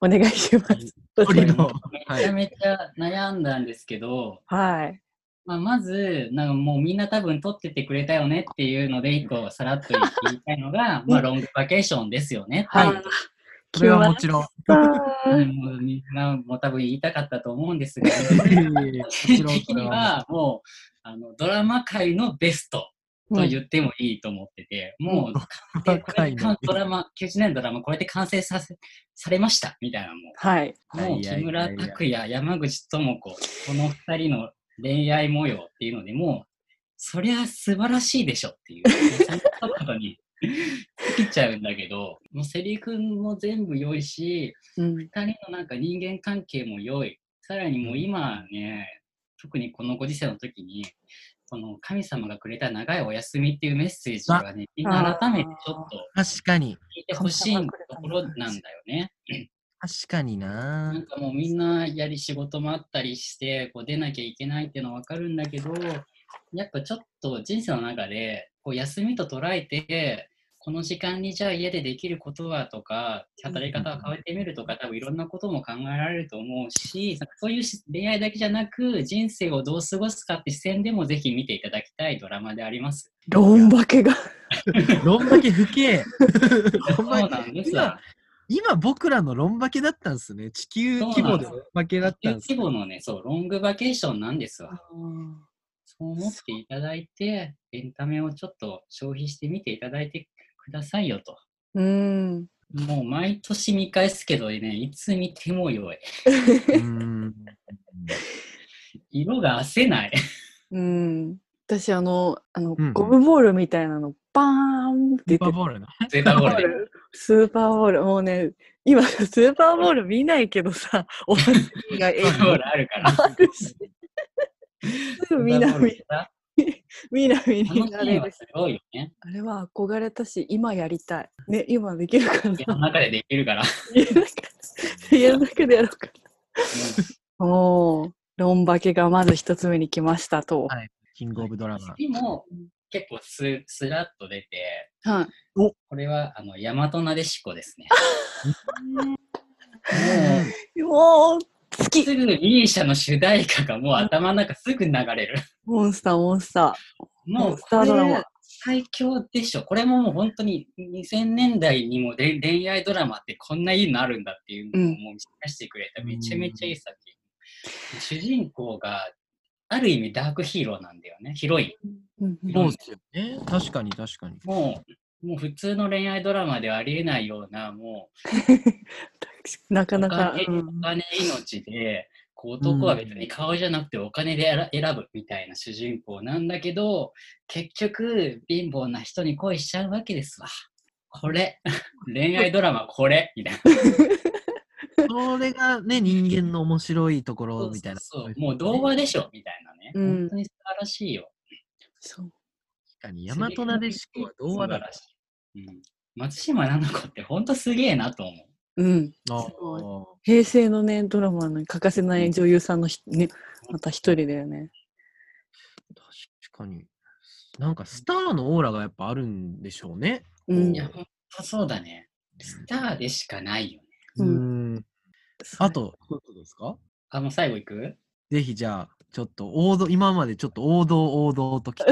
[SPEAKER 1] う。お願いしま
[SPEAKER 2] た。
[SPEAKER 1] す。
[SPEAKER 2] トリの、 は
[SPEAKER 3] めちゃ
[SPEAKER 2] い、
[SPEAKER 3] めちゃ悩んだんですけど、
[SPEAKER 1] はい。
[SPEAKER 3] まあ、まず、なんかもうみんな多分撮っててくれたよねっていうので、一個さらっと言いたい のが、まあ、ロングバケーションですよね。
[SPEAKER 1] はい
[SPEAKER 3] ってう
[SPEAKER 2] これはもちろん。
[SPEAKER 1] ん。
[SPEAKER 3] もうみんなも多分言いたかったと思うんですが、
[SPEAKER 2] も
[SPEAKER 3] 個
[SPEAKER 2] ち
[SPEAKER 3] 人
[SPEAKER 2] ろ ん
[SPEAKER 3] 的
[SPEAKER 2] それ
[SPEAKER 3] にはもうあのドラマ界のベストと言ってもいいと思ってて、もう
[SPEAKER 2] ドラ
[SPEAKER 3] で
[SPEAKER 2] マ
[SPEAKER 3] これ
[SPEAKER 2] 界
[SPEAKER 3] で
[SPEAKER 2] の
[SPEAKER 3] ドラマ90年のドラマこれで完成させされましたみたいなも
[SPEAKER 1] はい。
[SPEAKER 3] うもう
[SPEAKER 2] い
[SPEAKER 3] 木
[SPEAKER 2] やいやいや
[SPEAKER 3] 村拓哉山口智子この2人の恋愛模様っていうのでもうそりゃ素晴らしいでしょっていうそんなことに尽きちゃうんだけどもうセリフも全部良いし
[SPEAKER 1] うん。
[SPEAKER 3] 2人のなんか人間関係も良い。さらにもう今ね、特にこのご時世の時に、この神様がくれた長いお休みっていうメッセージがね、みんな改めてちょっと
[SPEAKER 2] 確かに、
[SPEAKER 3] 聞いてほしいところなんだよね。
[SPEAKER 2] 確かに な
[SPEAKER 3] な。
[SPEAKER 2] ん
[SPEAKER 3] かもうみんなやり仕事もあったりして、こう出なきゃいけないっていうのはわかるんだけど、やっぱちょっと人生の中で、こう休みと捉えて、この時間にじゃあ家でできることはとか、働き方を変えてみるとか、多分いろんなことも考えられると思うし、なんかそういうし恋愛だけじゃなく、人生をどう過ごすかって視点でもぜひ見ていただきたいドラマであり ます。
[SPEAKER 1] ロンバケが。
[SPEAKER 2] ロンバケ不景。ロ
[SPEAKER 3] そう
[SPEAKER 2] ンバケ
[SPEAKER 3] なんですよ
[SPEAKER 2] 今。、今僕らのロンバケだったんですね。地球規模でロンバケだったんです
[SPEAKER 3] 規
[SPEAKER 2] ね。
[SPEAKER 3] 模のね、そう、ロングバケーションなんですわ。そう思っていただいて、エンタメをちょっと消費してみていただいてくださいよと。
[SPEAKER 1] うん。
[SPEAKER 3] もう毎年見返すけどね、いつ見ても良い。
[SPEAKER 2] うーん
[SPEAKER 3] 色が褪 せない。
[SPEAKER 1] うん。私、あの、あの、
[SPEAKER 2] うん
[SPEAKER 1] ゴムボールみたいなの、バーンって言っ
[SPEAKER 2] スーパー
[SPEAKER 1] て
[SPEAKER 2] ボールな。
[SPEAKER 3] ゼタボー
[SPEAKER 1] ボー
[SPEAKER 3] ルで。
[SPEAKER 1] ルスーパーボール、もうね、今、スーパーボール見ないけど さ、お祭りが映
[SPEAKER 3] ゼタボー
[SPEAKER 1] 画
[SPEAKER 3] ルあるから。
[SPEAKER 1] あるし、すぐみんな
[SPEAKER 3] ゼタボール でさ
[SPEAKER 1] みんな見
[SPEAKER 3] あの
[SPEAKER 1] に
[SPEAKER 3] シ
[SPEAKER 1] な
[SPEAKER 3] ー
[SPEAKER 1] れ
[SPEAKER 3] ンは
[SPEAKER 1] るし
[SPEAKER 3] すごいよね。
[SPEAKER 1] あれは憧れたし、今やりたい。ね、今できるかな
[SPEAKER 3] 家の中でできるから。
[SPEAKER 1] 家の中家の中でやろうかな。おー、ロンバケがまず一つ目に来ましたと。
[SPEAKER 2] はいキングオブドラマ。
[SPEAKER 3] 次も結構ススラッと出て、
[SPEAKER 1] はい。
[SPEAKER 3] これはあの大和なでし こですね。
[SPEAKER 1] もう、好
[SPEAKER 3] す
[SPEAKER 1] き
[SPEAKER 3] ぐギリシャの主題歌がもう頭の中すぐ流れる。
[SPEAKER 1] モンスター、モンスタ
[SPEAKER 3] も
[SPEAKER 1] モ
[SPEAKER 3] う
[SPEAKER 1] ンスタ
[SPEAKER 3] こ
[SPEAKER 1] ードラマ
[SPEAKER 3] れ最強でしょ。これももう本当に2000年代にもで恋愛ドラマってこんないいのあるんだっていうのを
[SPEAKER 1] うん
[SPEAKER 3] もう見せしてくれためちゃめちゃいい作品。主人公がある意味ダークヒーローなんだよね。ヒロイ
[SPEAKER 1] ー。うんうん
[SPEAKER 2] そうですよね。確かに確かに
[SPEAKER 3] ン。。もうもう普通の恋愛ドラマではありえないようなも
[SPEAKER 1] なか
[SPEAKER 3] うお
[SPEAKER 1] なか
[SPEAKER 3] 金、
[SPEAKER 1] うん
[SPEAKER 3] お金命でこう男は別に顔じゃなくてお金で選選ぶみたいな主人公なんだけど結局貧乏な人に恋しちゃうわけですわ。これ恋愛ドラマこれみたいな。
[SPEAKER 2] それがね、人間の面白いところみたいな。
[SPEAKER 3] そうそうそうもう童話でしょみたいなね。
[SPEAKER 1] うん
[SPEAKER 3] 本当に素晴らしいよ。
[SPEAKER 1] そう
[SPEAKER 2] 確かに、ヤマトナデシコは童話だ
[SPEAKER 3] 素晴らしい。うん、松島菜々子って本当すげえなと思う。
[SPEAKER 1] うん。
[SPEAKER 2] あ
[SPEAKER 1] ごい
[SPEAKER 2] ー
[SPEAKER 1] 平成のね、ドラマの欠かせない女優さんのひ、ね、また一人だよね。
[SPEAKER 2] 確かに。なんかスターのオーラがやっぱあるんでしょうね。
[SPEAKER 1] うん
[SPEAKER 3] いや、本当そうだね。スターでしかないよね。
[SPEAKER 1] う
[SPEAKER 2] うん。あ、と、一つですか
[SPEAKER 3] あ、もう最後いく
[SPEAKER 2] ぜひじゃあ、ちょっと王道、今までちょっと王道王道とき て。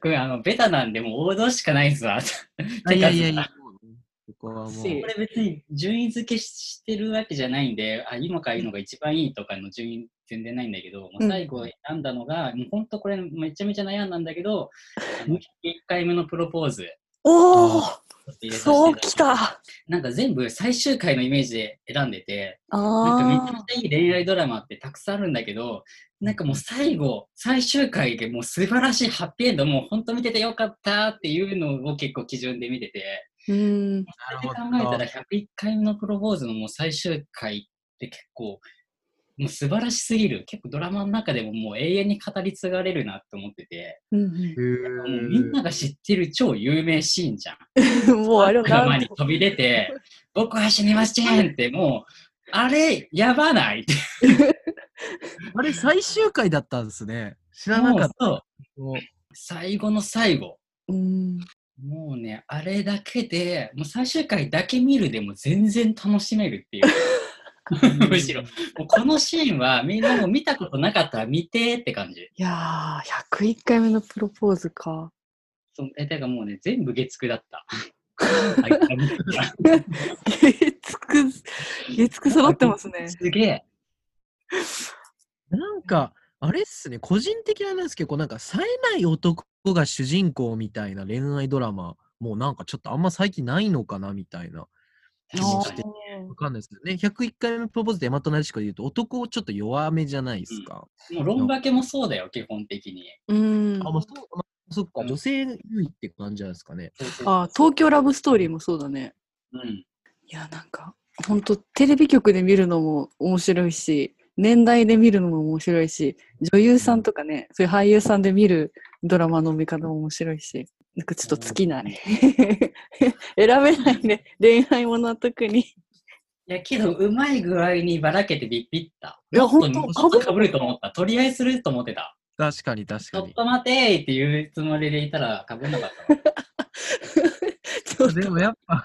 [SPEAKER 3] これあの、ベタなんで、もう王道しかないっすわ。
[SPEAKER 2] あいやいやいや、もうねここはもう。
[SPEAKER 1] し
[SPEAKER 3] これ別に順位付けしてるわけじゃないんで、あ今から言うのが一番いいとかの順位全然ないんだけど、もう最後選んだのが、もう本当これめちゃめちゃ悩んだんだけ ど、あの1回目のプロポーズ。
[SPEAKER 1] おおそ
[SPEAKER 3] そう
[SPEAKER 1] きたあ
[SPEAKER 3] なんか全部最終回のイメージで選んでて、なんかめちゃ
[SPEAKER 1] あ
[SPEAKER 3] めちゃいい恋愛ドラマってたくさんあるんだけど、なんかもう最後、最終回でもう素晴らしいハッピーエンド、もう本当見ててよかったっていうのを結構基準で見てて、
[SPEAKER 1] ー。うん。
[SPEAKER 3] それで考えたら101回目のプロポーズのもう最終回って結構、もう素晴らしすぎる結構ドラマの中でももう永遠に語り継がれるなと思ってて
[SPEAKER 1] うん
[SPEAKER 3] もうみんなが知ってる超有名シーンじゃん
[SPEAKER 1] うん、もうあれを
[SPEAKER 3] 車
[SPEAKER 1] 何
[SPEAKER 3] に飛び出て「僕は死にません!」ってもうあれやばないって
[SPEAKER 2] あれ、最終回だったんですね。知らな
[SPEAKER 3] も
[SPEAKER 2] か
[SPEAKER 3] う
[SPEAKER 2] った。
[SPEAKER 3] そう
[SPEAKER 2] もう
[SPEAKER 3] 最後の最後
[SPEAKER 1] うん
[SPEAKER 3] もうね、あれだけで、もう最終回だけ見るでも全然楽しめるっていう。むしろ、もうこのシーンはみんなもう見たことなかったら見てって感じ。
[SPEAKER 1] いやー101回目のプロポーズか
[SPEAKER 3] そうえ、だからもうね、全部月9だ った。
[SPEAKER 1] 月9月9揃ってますね
[SPEAKER 3] すげえ。
[SPEAKER 2] なんか、あれっすね、個人的な話ですけど、こうなんか、冴えない男が主人公みたいな恋愛ドラマ、もうなんかちょっとあんま最近ないのかなみたいな。
[SPEAKER 3] 確か
[SPEAKER 2] あ
[SPEAKER 3] に。
[SPEAKER 2] わかんないですけどね、101回目のプロポーズで大和なでしこで言うと、男ちょっと弱めじゃないですか。
[SPEAKER 3] もう論化けもそうだよ、基本的に。
[SPEAKER 1] うん
[SPEAKER 2] あ、まあ、そうまあそっか、
[SPEAKER 3] うん
[SPEAKER 2] 女性優位って感じなんですかね。
[SPEAKER 3] そうそう
[SPEAKER 1] あ東京ラブストーリーもそうだね
[SPEAKER 3] うん。
[SPEAKER 1] いやなんか本当テレビ局で見るのも面白いし年代で見るのも面白いし女優さんとかね、そういう俳優さんで見るドラマの見方も面白いしなんかちょっと尽きない選べないね恋愛ものは特にい
[SPEAKER 3] いや、けど、うまい具合にばらけてビッビった。
[SPEAKER 1] や本
[SPEAKER 3] も
[SPEAKER 1] 当か
[SPEAKER 3] っ
[SPEAKER 1] ぶ
[SPEAKER 3] とかぶると思った。とりあえずすると思ってた。
[SPEAKER 2] 確かに確
[SPEAKER 3] ち
[SPEAKER 2] か
[SPEAKER 3] ょっ
[SPEAKER 2] に。
[SPEAKER 3] と待てーっていうつもりでいたらかぶんなかったわ。
[SPEAKER 1] ちょっと
[SPEAKER 2] でもやっぱ。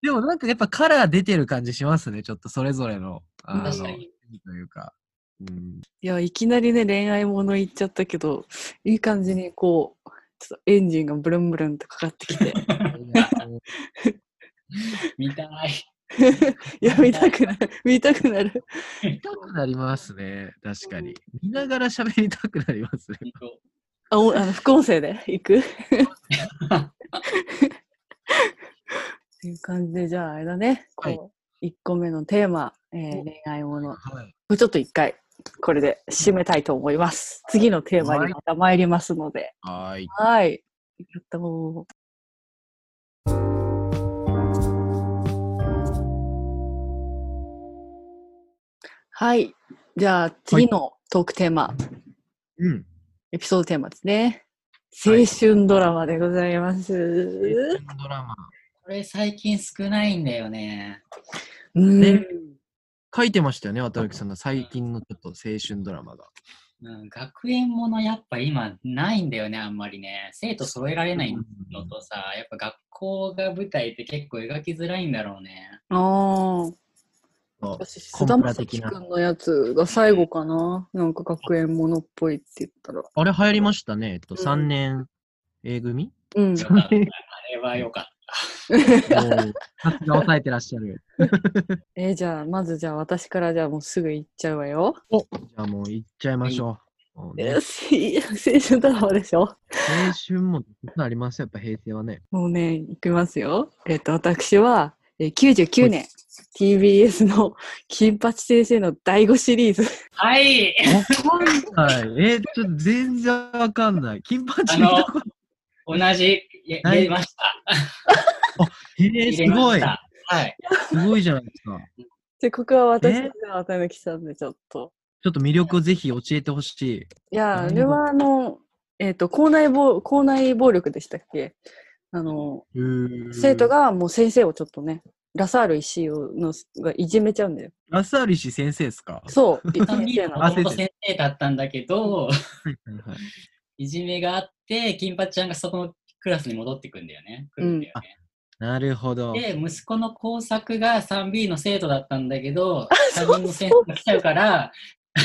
[SPEAKER 2] でもなんかやっぱカラー出てる感じしますね、ちょっとそれぞれの。あの
[SPEAKER 3] 確かに。
[SPEAKER 2] というか。 うん、
[SPEAKER 1] いやいきなりね恋愛もの言っちゃったけどいい感じにこうちょっとエンジンがブルンブルンとかかってきて
[SPEAKER 2] いやもう
[SPEAKER 3] 見たい。
[SPEAKER 1] いや見たくなる見たくなる
[SPEAKER 2] 見たくなりますね、確かに。見ながら喋りたくなり ますね。
[SPEAKER 1] あおあの副音声で行くっていう感じでじゃああれだね
[SPEAKER 2] はい
[SPEAKER 1] こう、1個目のテーマ、えー
[SPEAKER 2] お
[SPEAKER 1] 恋愛ものこ
[SPEAKER 2] はい、
[SPEAKER 1] れちょっと1回これで締めたいと思います次のテーマにまた参りますので
[SPEAKER 2] はい。
[SPEAKER 1] はいやったもうはいじゃあ次のトークテーマ、
[SPEAKER 2] うん。
[SPEAKER 1] エピソードテーマですね
[SPEAKER 2] はい
[SPEAKER 1] 青春ドラマでございます、
[SPEAKER 2] ドラマ。
[SPEAKER 3] これ最近少ないんだよね。
[SPEAKER 1] うん
[SPEAKER 2] ね書いてましたよね、渡辺さんの最近のちょっと青春ドラマが。
[SPEAKER 3] うん、学園ものやっぱ今ないんだよね、あんまりね。生徒揃えられないのとさ、やっぱ学校が舞台って結構描きづらいんだろうね。
[SPEAKER 1] ああ
[SPEAKER 2] そう
[SPEAKER 1] 私
[SPEAKER 2] コン
[SPEAKER 1] 菅
[SPEAKER 2] プ
[SPEAKER 1] 田
[SPEAKER 2] ラ
[SPEAKER 1] 将暉
[SPEAKER 2] 的な
[SPEAKER 1] 君のやつが最後かななんか学園ものっぽいって言ったら
[SPEAKER 2] あれ流行りましたね、えっと、
[SPEAKER 1] うん
[SPEAKER 2] 3年 A 組
[SPEAKER 1] う
[SPEAKER 3] よ
[SPEAKER 1] ん
[SPEAKER 3] かった。あれはよかっ
[SPEAKER 2] さすが抑えてらっしゃる。
[SPEAKER 1] えーじゃあまずじゃあ私からじゃあもうすぐ行っちゃうわよ
[SPEAKER 2] おじゃあもう行っちゃいましょう。もうね
[SPEAKER 1] えー 青春ドラマでしょ
[SPEAKER 2] 青春もなりますよ、やっぱ平成は ね。
[SPEAKER 1] もうね行きますよえっ、と私は、えー、99年 TBS の 「金八先生の第5シリーズ」
[SPEAKER 3] た。はい
[SPEAKER 2] わかんない。え、ちょっと全然わかんない。金八見たこと
[SPEAKER 3] 同じ、や
[SPEAKER 2] はい
[SPEAKER 3] 入れました。
[SPEAKER 2] えー、
[SPEAKER 3] 入れ
[SPEAKER 2] す
[SPEAKER 3] ま
[SPEAKER 2] ご
[SPEAKER 3] し
[SPEAKER 2] い。
[SPEAKER 3] た。はい。
[SPEAKER 2] すごいじゃないですか。
[SPEAKER 1] でここは私
[SPEAKER 2] え
[SPEAKER 1] が渡辺さんでちょっと
[SPEAKER 2] ちょっと魅力をぜひ教えてほしい。
[SPEAKER 1] いや
[SPEAKER 2] な
[SPEAKER 1] あ
[SPEAKER 2] るほど
[SPEAKER 1] れはあのえっ、と校内暴校内暴力でしたっけあの生徒。がもう先生をちょっとねラサール石井をのがいじめちゃうんだよ。
[SPEAKER 2] ラサール氏先生ですか
[SPEAKER 1] そう、 い
[SPEAKER 3] その
[SPEAKER 1] 先
[SPEAKER 3] 時
[SPEAKER 1] 生
[SPEAKER 3] も
[SPEAKER 1] なの。
[SPEAKER 3] と先生だったんだけど、
[SPEAKER 2] はいはいはい。
[SPEAKER 3] いじめがあって、金八ちゃんがそこのクラスに戻ってくんだよね。来るんだよね。
[SPEAKER 2] なるほど。
[SPEAKER 3] で、息子の工作が 3B の生徒だったんだけど、担任の生徒が来ちゃうから、あ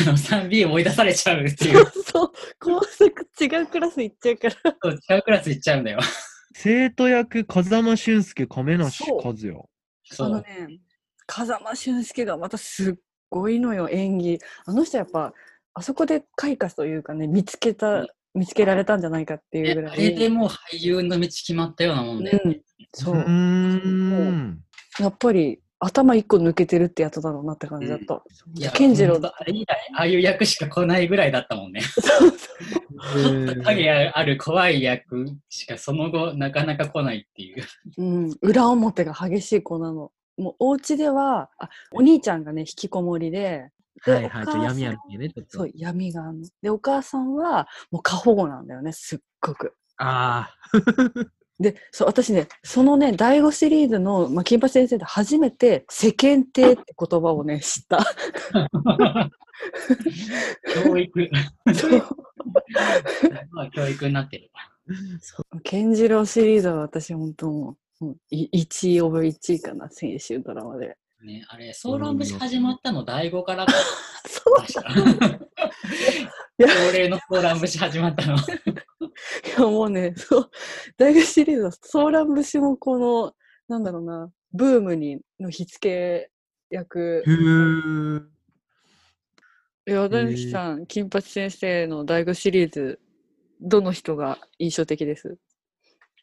[SPEAKER 3] の 3B を追い出されちゃうっていう、
[SPEAKER 1] そう、工作違うクラス行っちゃうから。
[SPEAKER 3] そう違うクラス行っちゃうんだよ。
[SPEAKER 2] 生徒役、風間俊介、亀梨
[SPEAKER 1] そう
[SPEAKER 2] 和也。
[SPEAKER 1] あ
[SPEAKER 3] そ
[SPEAKER 1] の
[SPEAKER 3] う。
[SPEAKER 1] ね、風間俊介がまたすっごいのよ、演技。あの人やっぱ、あそこで開花というかね、見つけ
[SPEAKER 3] う
[SPEAKER 1] た
[SPEAKER 3] ん、
[SPEAKER 1] 見つけられたんじゃないかっていう
[SPEAKER 3] え
[SPEAKER 1] ぐら
[SPEAKER 3] あ
[SPEAKER 1] い。
[SPEAKER 3] れでもう俳優の道決まったようなもんで、
[SPEAKER 1] うん、そう
[SPEAKER 2] ー
[SPEAKER 1] う。
[SPEAKER 2] ん。
[SPEAKER 1] やっぱり頭一個抜けてるってやつだろうなって感じだった。
[SPEAKER 3] いや、
[SPEAKER 1] 健次郎
[SPEAKER 3] ほんとあれ以来、ああいう役しか来ないぐらいだったもんね。
[SPEAKER 1] そうそう
[SPEAKER 3] 影ある怖い 役しかその後、なかなか来ないっていう。
[SPEAKER 1] うん、裏表が激しい子なの。もうお家ではあお兄ちゃんがね引きこもりでで
[SPEAKER 2] はいはい。
[SPEAKER 1] お母
[SPEAKER 2] ち
[SPEAKER 1] さ
[SPEAKER 2] ょ
[SPEAKER 1] ん
[SPEAKER 2] 闇あるんでね、ちょっ
[SPEAKER 1] そ
[SPEAKER 2] と
[SPEAKER 1] う。闇があるのでお母さんはもう過保護なんだよねすっごく。
[SPEAKER 2] あ
[SPEAKER 1] でそう私ねそのね第5シリーズの、まあ、金八先生で初めて「世間体」って言葉を ね知った。
[SPEAKER 3] 教育。
[SPEAKER 1] そう
[SPEAKER 3] まあ教育になってる。
[SPEAKER 1] 健次郎シリーズは私本当もうもう1位オブ1位かな先週ドラマ で。
[SPEAKER 3] ね、あれ、ソーラン節始まったの第5から
[SPEAKER 1] そう
[SPEAKER 3] 確か。恒例のソーラン節始まったの。
[SPEAKER 1] いやもうねそう大学シリーズはソーラン節もこのなんだろうなブームにの火付け役
[SPEAKER 2] あ。ふー。
[SPEAKER 1] いや渡辺さん、金八先生の大学シリーズどの人が印象的です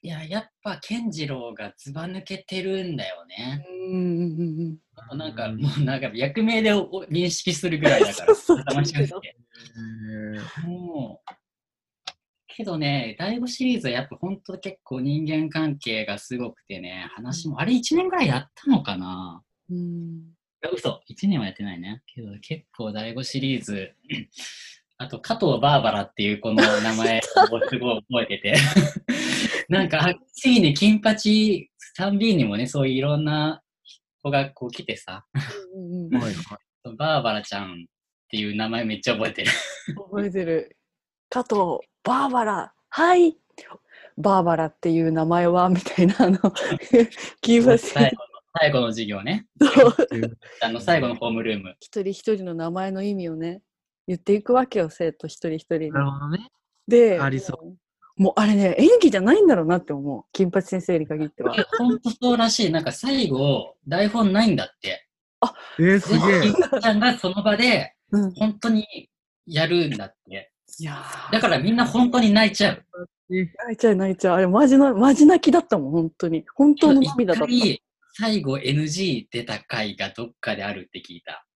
[SPEAKER 3] いや、やっぱ健次郎がずば抜けてるんだよね。
[SPEAKER 1] うんうんうんうん
[SPEAKER 3] なんか、もうなんか役名でおお認識するぐらいだから、
[SPEAKER 1] そうそう
[SPEAKER 3] 頭しくて。
[SPEAKER 2] へー
[SPEAKER 3] もう。けどね、第5シリーズはやっぱ本当結構人間関係がすごくてね、話も、あれ1年ぐらいやったのかな
[SPEAKER 1] うん
[SPEAKER 3] いや嘘、1年はやってないね。けど結構第5シリーズ、あと加藤バーバラっていうこの名前をすごい覚え てて。なんか、ついに金八、たんびにもね、そういういろんな子がこう来てさ、
[SPEAKER 1] うんうんうん
[SPEAKER 2] はいはい
[SPEAKER 3] バーバラちゃんっていう名前めっちゃ覚え てる。
[SPEAKER 1] 覚えてる加藤バーバラはいバーバラっていう名前はみたいなあの金八
[SPEAKER 3] 最
[SPEAKER 1] 先
[SPEAKER 3] 後の最後の授業ね。
[SPEAKER 1] 生と
[SPEAKER 3] あの最後のホームルーム。
[SPEAKER 1] 一人一人の名前の意味をね言っていくわけよ生徒一人一人に
[SPEAKER 2] なるほどね。
[SPEAKER 1] で
[SPEAKER 2] ありそう
[SPEAKER 1] もうあれね演技じゃないんだろうなって思う金八先生に限ってはい
[SPEAKER 3] や、ほんとそうらしい。なんか最後、台本ないんだって。
[SPEAKER 2] えー、す
[SPEAKER 3] 金
[SPEAKER 2] げえ。
[SPEAKER 3] 八ちゃんがその場で、
[SPEAKER 1] うん
[SPEAKER 3] 本当にやるんだって。
[SPEAKER 1] いや
[SPEAKER 3] だからみんな本当に泣いちゃう。
[SPEAKER 1] 泣いちゃう泣いちゃうあれマジのマジ泣きだったもん本当に本当の涙だった
[SPEAKER 3] 一回最後 NG 出た回がどっかであるって聞いた。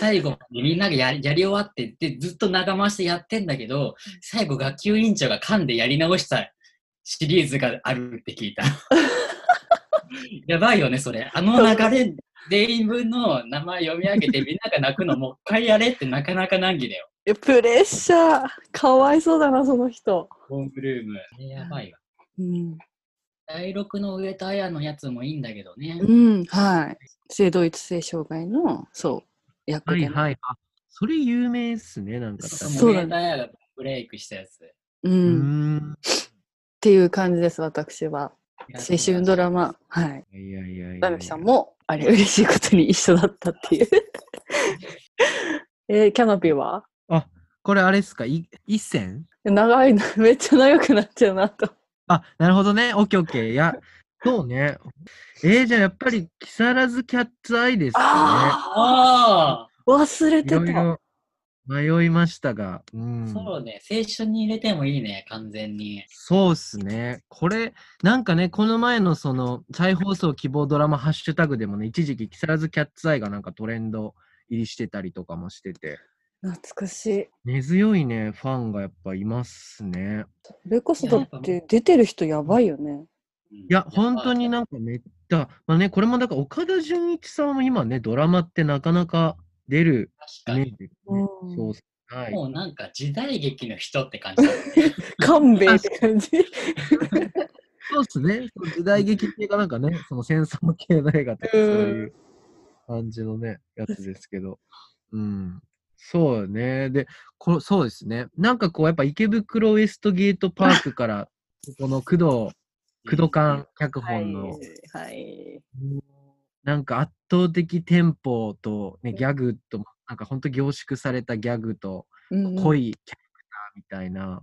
[SPEAKER 3] 最後までみんながややり終わってでずっと長回してやってんだけど最後学級委員長が噛んでやり直したシリーズがあるって聞 いたやばいよねそれあの流れ全員分の名前読み上げてみんなが泣くのもう一回やれってなかなか難儀だよ
[SPEAKER 1] えプレッシャーかわいそうだなその人
[SPEAKER 3] ホームルームあれやばいわ
[SPEAKER 1] うん、
[SPEAKER 3] 第6の上田綾のやつもいいんだけどね、
[SPEAKER 1] うん、はい性同一性障害のそう役
[SPEAKER 2] は
[SPEAKER 1] でね、
[SPEAKER 2] いはい。あ、それ有名っすね、なんか。
[SPEAKER 1] そうだね
[SPEAKER 3] ね。ダイヤがブレイクしたやつ。
[SPEAKER 1] う、
[SPEAKER 2] うん
[SPEAKER 1] っ
[SPEAKER 2] ーん。
[SPEAKER 1] ていう感じです私は青春ド
[SPEAKER 3] ラ
[SPEAKER 1] ラマはい
[SPEAKER 2] いやいやいやいや。
[SPEAKER 1] ダメさんもあれ嬉しいことに一緒だったって いうえーキャノピーは
[SPEAKER 2] これあれっすかい一戦
[SPEAKER 1] 長いの めっちゃ長くなっちゃうなと
[SPEAKER 2] あ、なるほどね。オッケーオッケー。いや、そうね。えー、じゃあやっぱり、木更津キャッツアイですか
[SPEAKER 1] ああ
[SPEAKER 3] あ
[SPEAKER 1] 忘れ
[SPEAKER 2] ね。い
[SPEAKER 1] てた
[SPEAKER 2] ろいろ迷いましたが。うん。
[SPEAKER 3] あ、そうね。青春に入れてもいいね、完全に。
[SPEAKER 2] そうっすね。これ、なんかね、この前のその、再放送希望ドラマハッシュタグでもね、一時期、木更津キャッツアイがなんかトレンド入りしてたりとかもしてて、
[SPEAKER 1] 懐かしい
[SPEAKER 2] 根強いね、ファンがやっぱいますね。
[SPEAKER 1] それこそだって出てる人やばいよね
[SPEAKER 3] い
[SPEAKER 2] いや、本当になんかめっちゃ、まあね、これもだから岡田准一さんも今ね、ドラマってなかなか出るイ
[SPEAKER 3] 確
[SPEAKER 2] メ
[SPEAKER 3] か
[SPEAKER 2] ー
[SPEAKER 3] に。
[SPEAKER 2] ジです
[SPEAKER 1] う
[SPEAKER 2] ね。
[SPEAKER 1] ん
[SPEAKER 2] そうっすはい。
[SPEAKER 3] もうなんか時代劇の人って感じだもん ね。
[SPEAKER 1] 勘弁って感じ
[SPEAKER 2] そうっすね。その時代劇っていうかなんかね、その戦争系の映画とかそういう感じのね、やつですけど。うん。そうね。で、こそうですね。なんかこう、やっぱ池袋ウエストゲートパークから、この工藤、工藤館脚本の、
[SPEAKER 1] はい。
[SPEAKER 2] なんか圧倒的テンポと、ね、ギャグと、なんか本当凝縮されたギャグと、濃
[SPEAKER 1] い。
[SPEAKER 2] いキャラクターみたいな、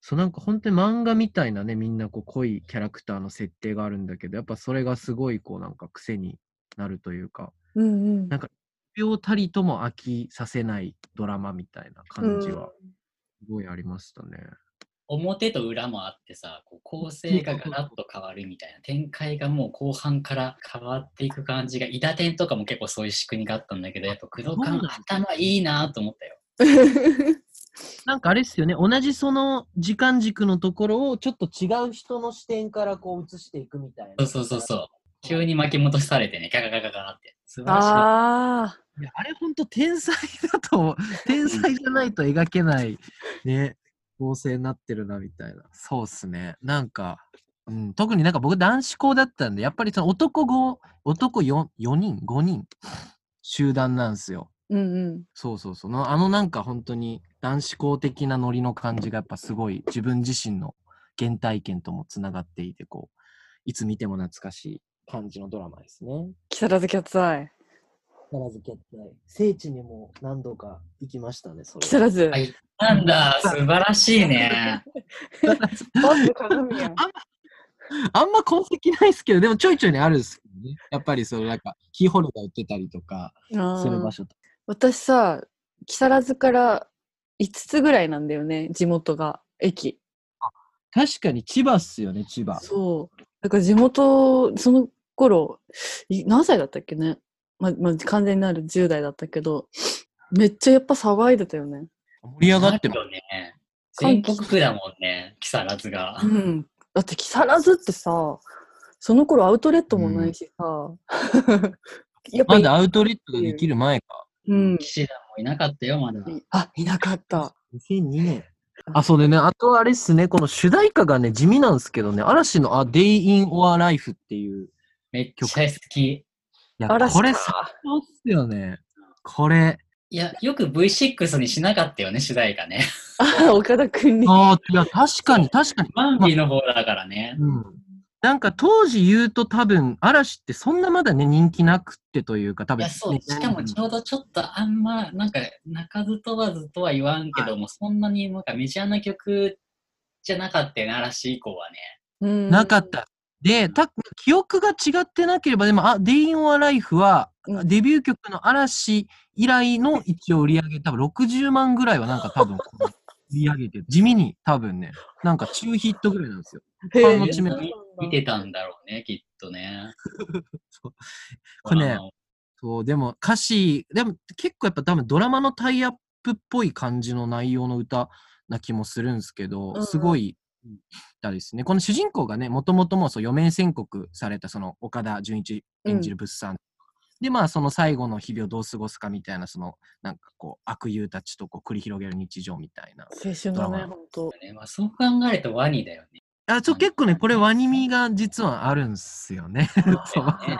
[SPEAKER 2] そうなんか本当に漫画みたいなねみんなこう濃いキャラクターの設定があるんだけどやっぱそれがすごいこうなんか癖になるというか
[SPEAKER 1] うんうん
[SPEAKER 2] なんか秒たりとも飽きさせないドラマみたいな感じはすごいありましたね。
[SPEAKER 3] 表と裏もあってさ、こう構成がガラッと変わるみたいな展開がもう後半から変わっていく感じが、伊田天とかも結構そういう仕組みがあったんだけど、やっぱ工藤
[SPEAKER 2] そうなん
[SPEAKER 3] 館
[SPEAKER 2] だ
[SPEAKER 3] 頭いいなと思ったよ。
[SPEAKER 2] なんかあれですよね同じその時間軸のところをちょっと違う人の視点からこう映していくみたいな。
[SPEAKER 3] そうそうそうそう。急に巻き戻されてね、ガガガガガって。素晴らしい。
[SPEAKER 1] あ
[SPEAKER 2] いやあれ本当天才だと 思う天才じゃないと描けないね構成になってるなみたいなそうっすねなんか、うん、特になんか僕男子校だったんでやっぱりその男5男 4, 4人5人集団なんですよ
[SPEAKER 1] ーうんうん
[SPEAKER 2] そうそうそうのあのなんか本当に男子校的なノリの感じがやっぱすごい自分自身の原体験ともつながっていてこういつ見ても懐かしい感じのドラマですね。
[SPEAKER 1] 木更津キャッツアイ
[SPEAKER 2] 木更津キャッツアイ。聖地にも何度か行きましたね、そ
[SPEAKER 1] 木更津、
[SPEAKER 3] はいなんだ、素晴らしいね。
[SPEAKER 1] バス鏡やん
[SPEAKER 2] あんま痕跡ないですけど、でもちょいちょいね、あるんですけどね。やっぱりそのなんか、キーホルダー売ってたりとか、
[SPEAKER 1] あー
[SPEAKER 2] する場所とか。
[SPEAKER 1] 私さ木更津から5つぐらいなんだよね地元が駅
[SPEAKER 2] 確かに千葉っすよね、千葉。
[SPEAKER 1] そうだから地元その頃い何歳だったっけね、ままあ、完全なる10代だったけどめっちゃやっぱ騒いでたよね
[SPEAKER 2] 盛り上がって
[SPEAKER 3] る
[SPEAKER 2] ます。
[SPEAKER 3] よね。全国区だもんね、木更津が
[SPEAKER 1] う。んだって木更津ってさその頃アウトレットもないしさ、やっぱ
[SPEAKER 2] まだアウトレットができる前か。
[SPEAKER 1] うん
[SPEAKER 3] 岸田もいなかったよ、まだ。
[SPEAKER 1] あいなかった
[SPEAKER 2] 2002年。あ、そうでね、あとあれっすね、この主題歌がね、地味なんですけどね、嵐の、あ、Day in or Life っていう。
[SPEAKER 3] めっちゃ好き。
[SPEAKER 2] いや、
[SPEAKER 1] 嵐か
[SPEAKER 2] これ最高っすよね。これ。
[SPEAKER 3] いや、よく V6 にしなかったよね、主題歌ね。
[SPEAKER 1] あ岡田君に
[SPEAKER 2] ああ、いや、確かに、確かに。
[SPEAKER 3] バンビーの方だからね。
[SPEAKER 2] うんなんか当時言うと多分嵐ってそんなまだね人気なくってというか多
[SPEAKER 3] い
[SPEAKER 2] 分、
[SPEAKER 3] や、
[SPEAKER 2] ね、
[SPEAKER 3] そう、しかもちょうどちょっとあんま、なんか、鳴かず飛ばずとは言わんけども、そんなになんかメジャーな曲じゃなかったよね、嵐以降はね。
[SPEAKER 1] うん
[SPEAKER 2] なかった。で、た記憶が違ってなければでも「あ Day in Our Life は」
[SPEAKER 1] うん
[SPEAKER 2] デビュー曲の嵐以来の一応売り上げ多分60万ぐらいはなんか多分売り上げて地味に多分ねなんか中ヒットぐらいなんですよ。
[SPEAKER 1] へ
[SPEAKER 2] 一般
[SPEAKER 1] ー
[SPEAKER 2] の知名度
[SPEAKER 3] 見てたんだろうね、きっとね。
[SPEAKER 2] そうこれねそうでも歌詞でも結構やっぱ多分ドラマのタイアップっぽい感じの内容の歌な気もするんですけど、
[SPEAKER 1] んうん
[SPEAKER 2] すごい歌ですねこの主人公がねもともともうそう余命宣告されたその岡田准一演じる物産、でまあその最後の日々をどう過ごすかみたいなそのなんかこう悪友たちとこう繰り広げる日常みたいな
[SPEAKER 1] 青春だ
[SPEAKER 2] ド
[SPEAKER 1] ね
[SPEAKER 2] ラマ
[SPEAKER 1] 本当
[SPEAKER 3] ねまあ、そう考えるとワニだよね。
[SPEAKER 2] あちょ結構ねこれワニミが実はあるんすよね そう
[SPEAKER 3] ね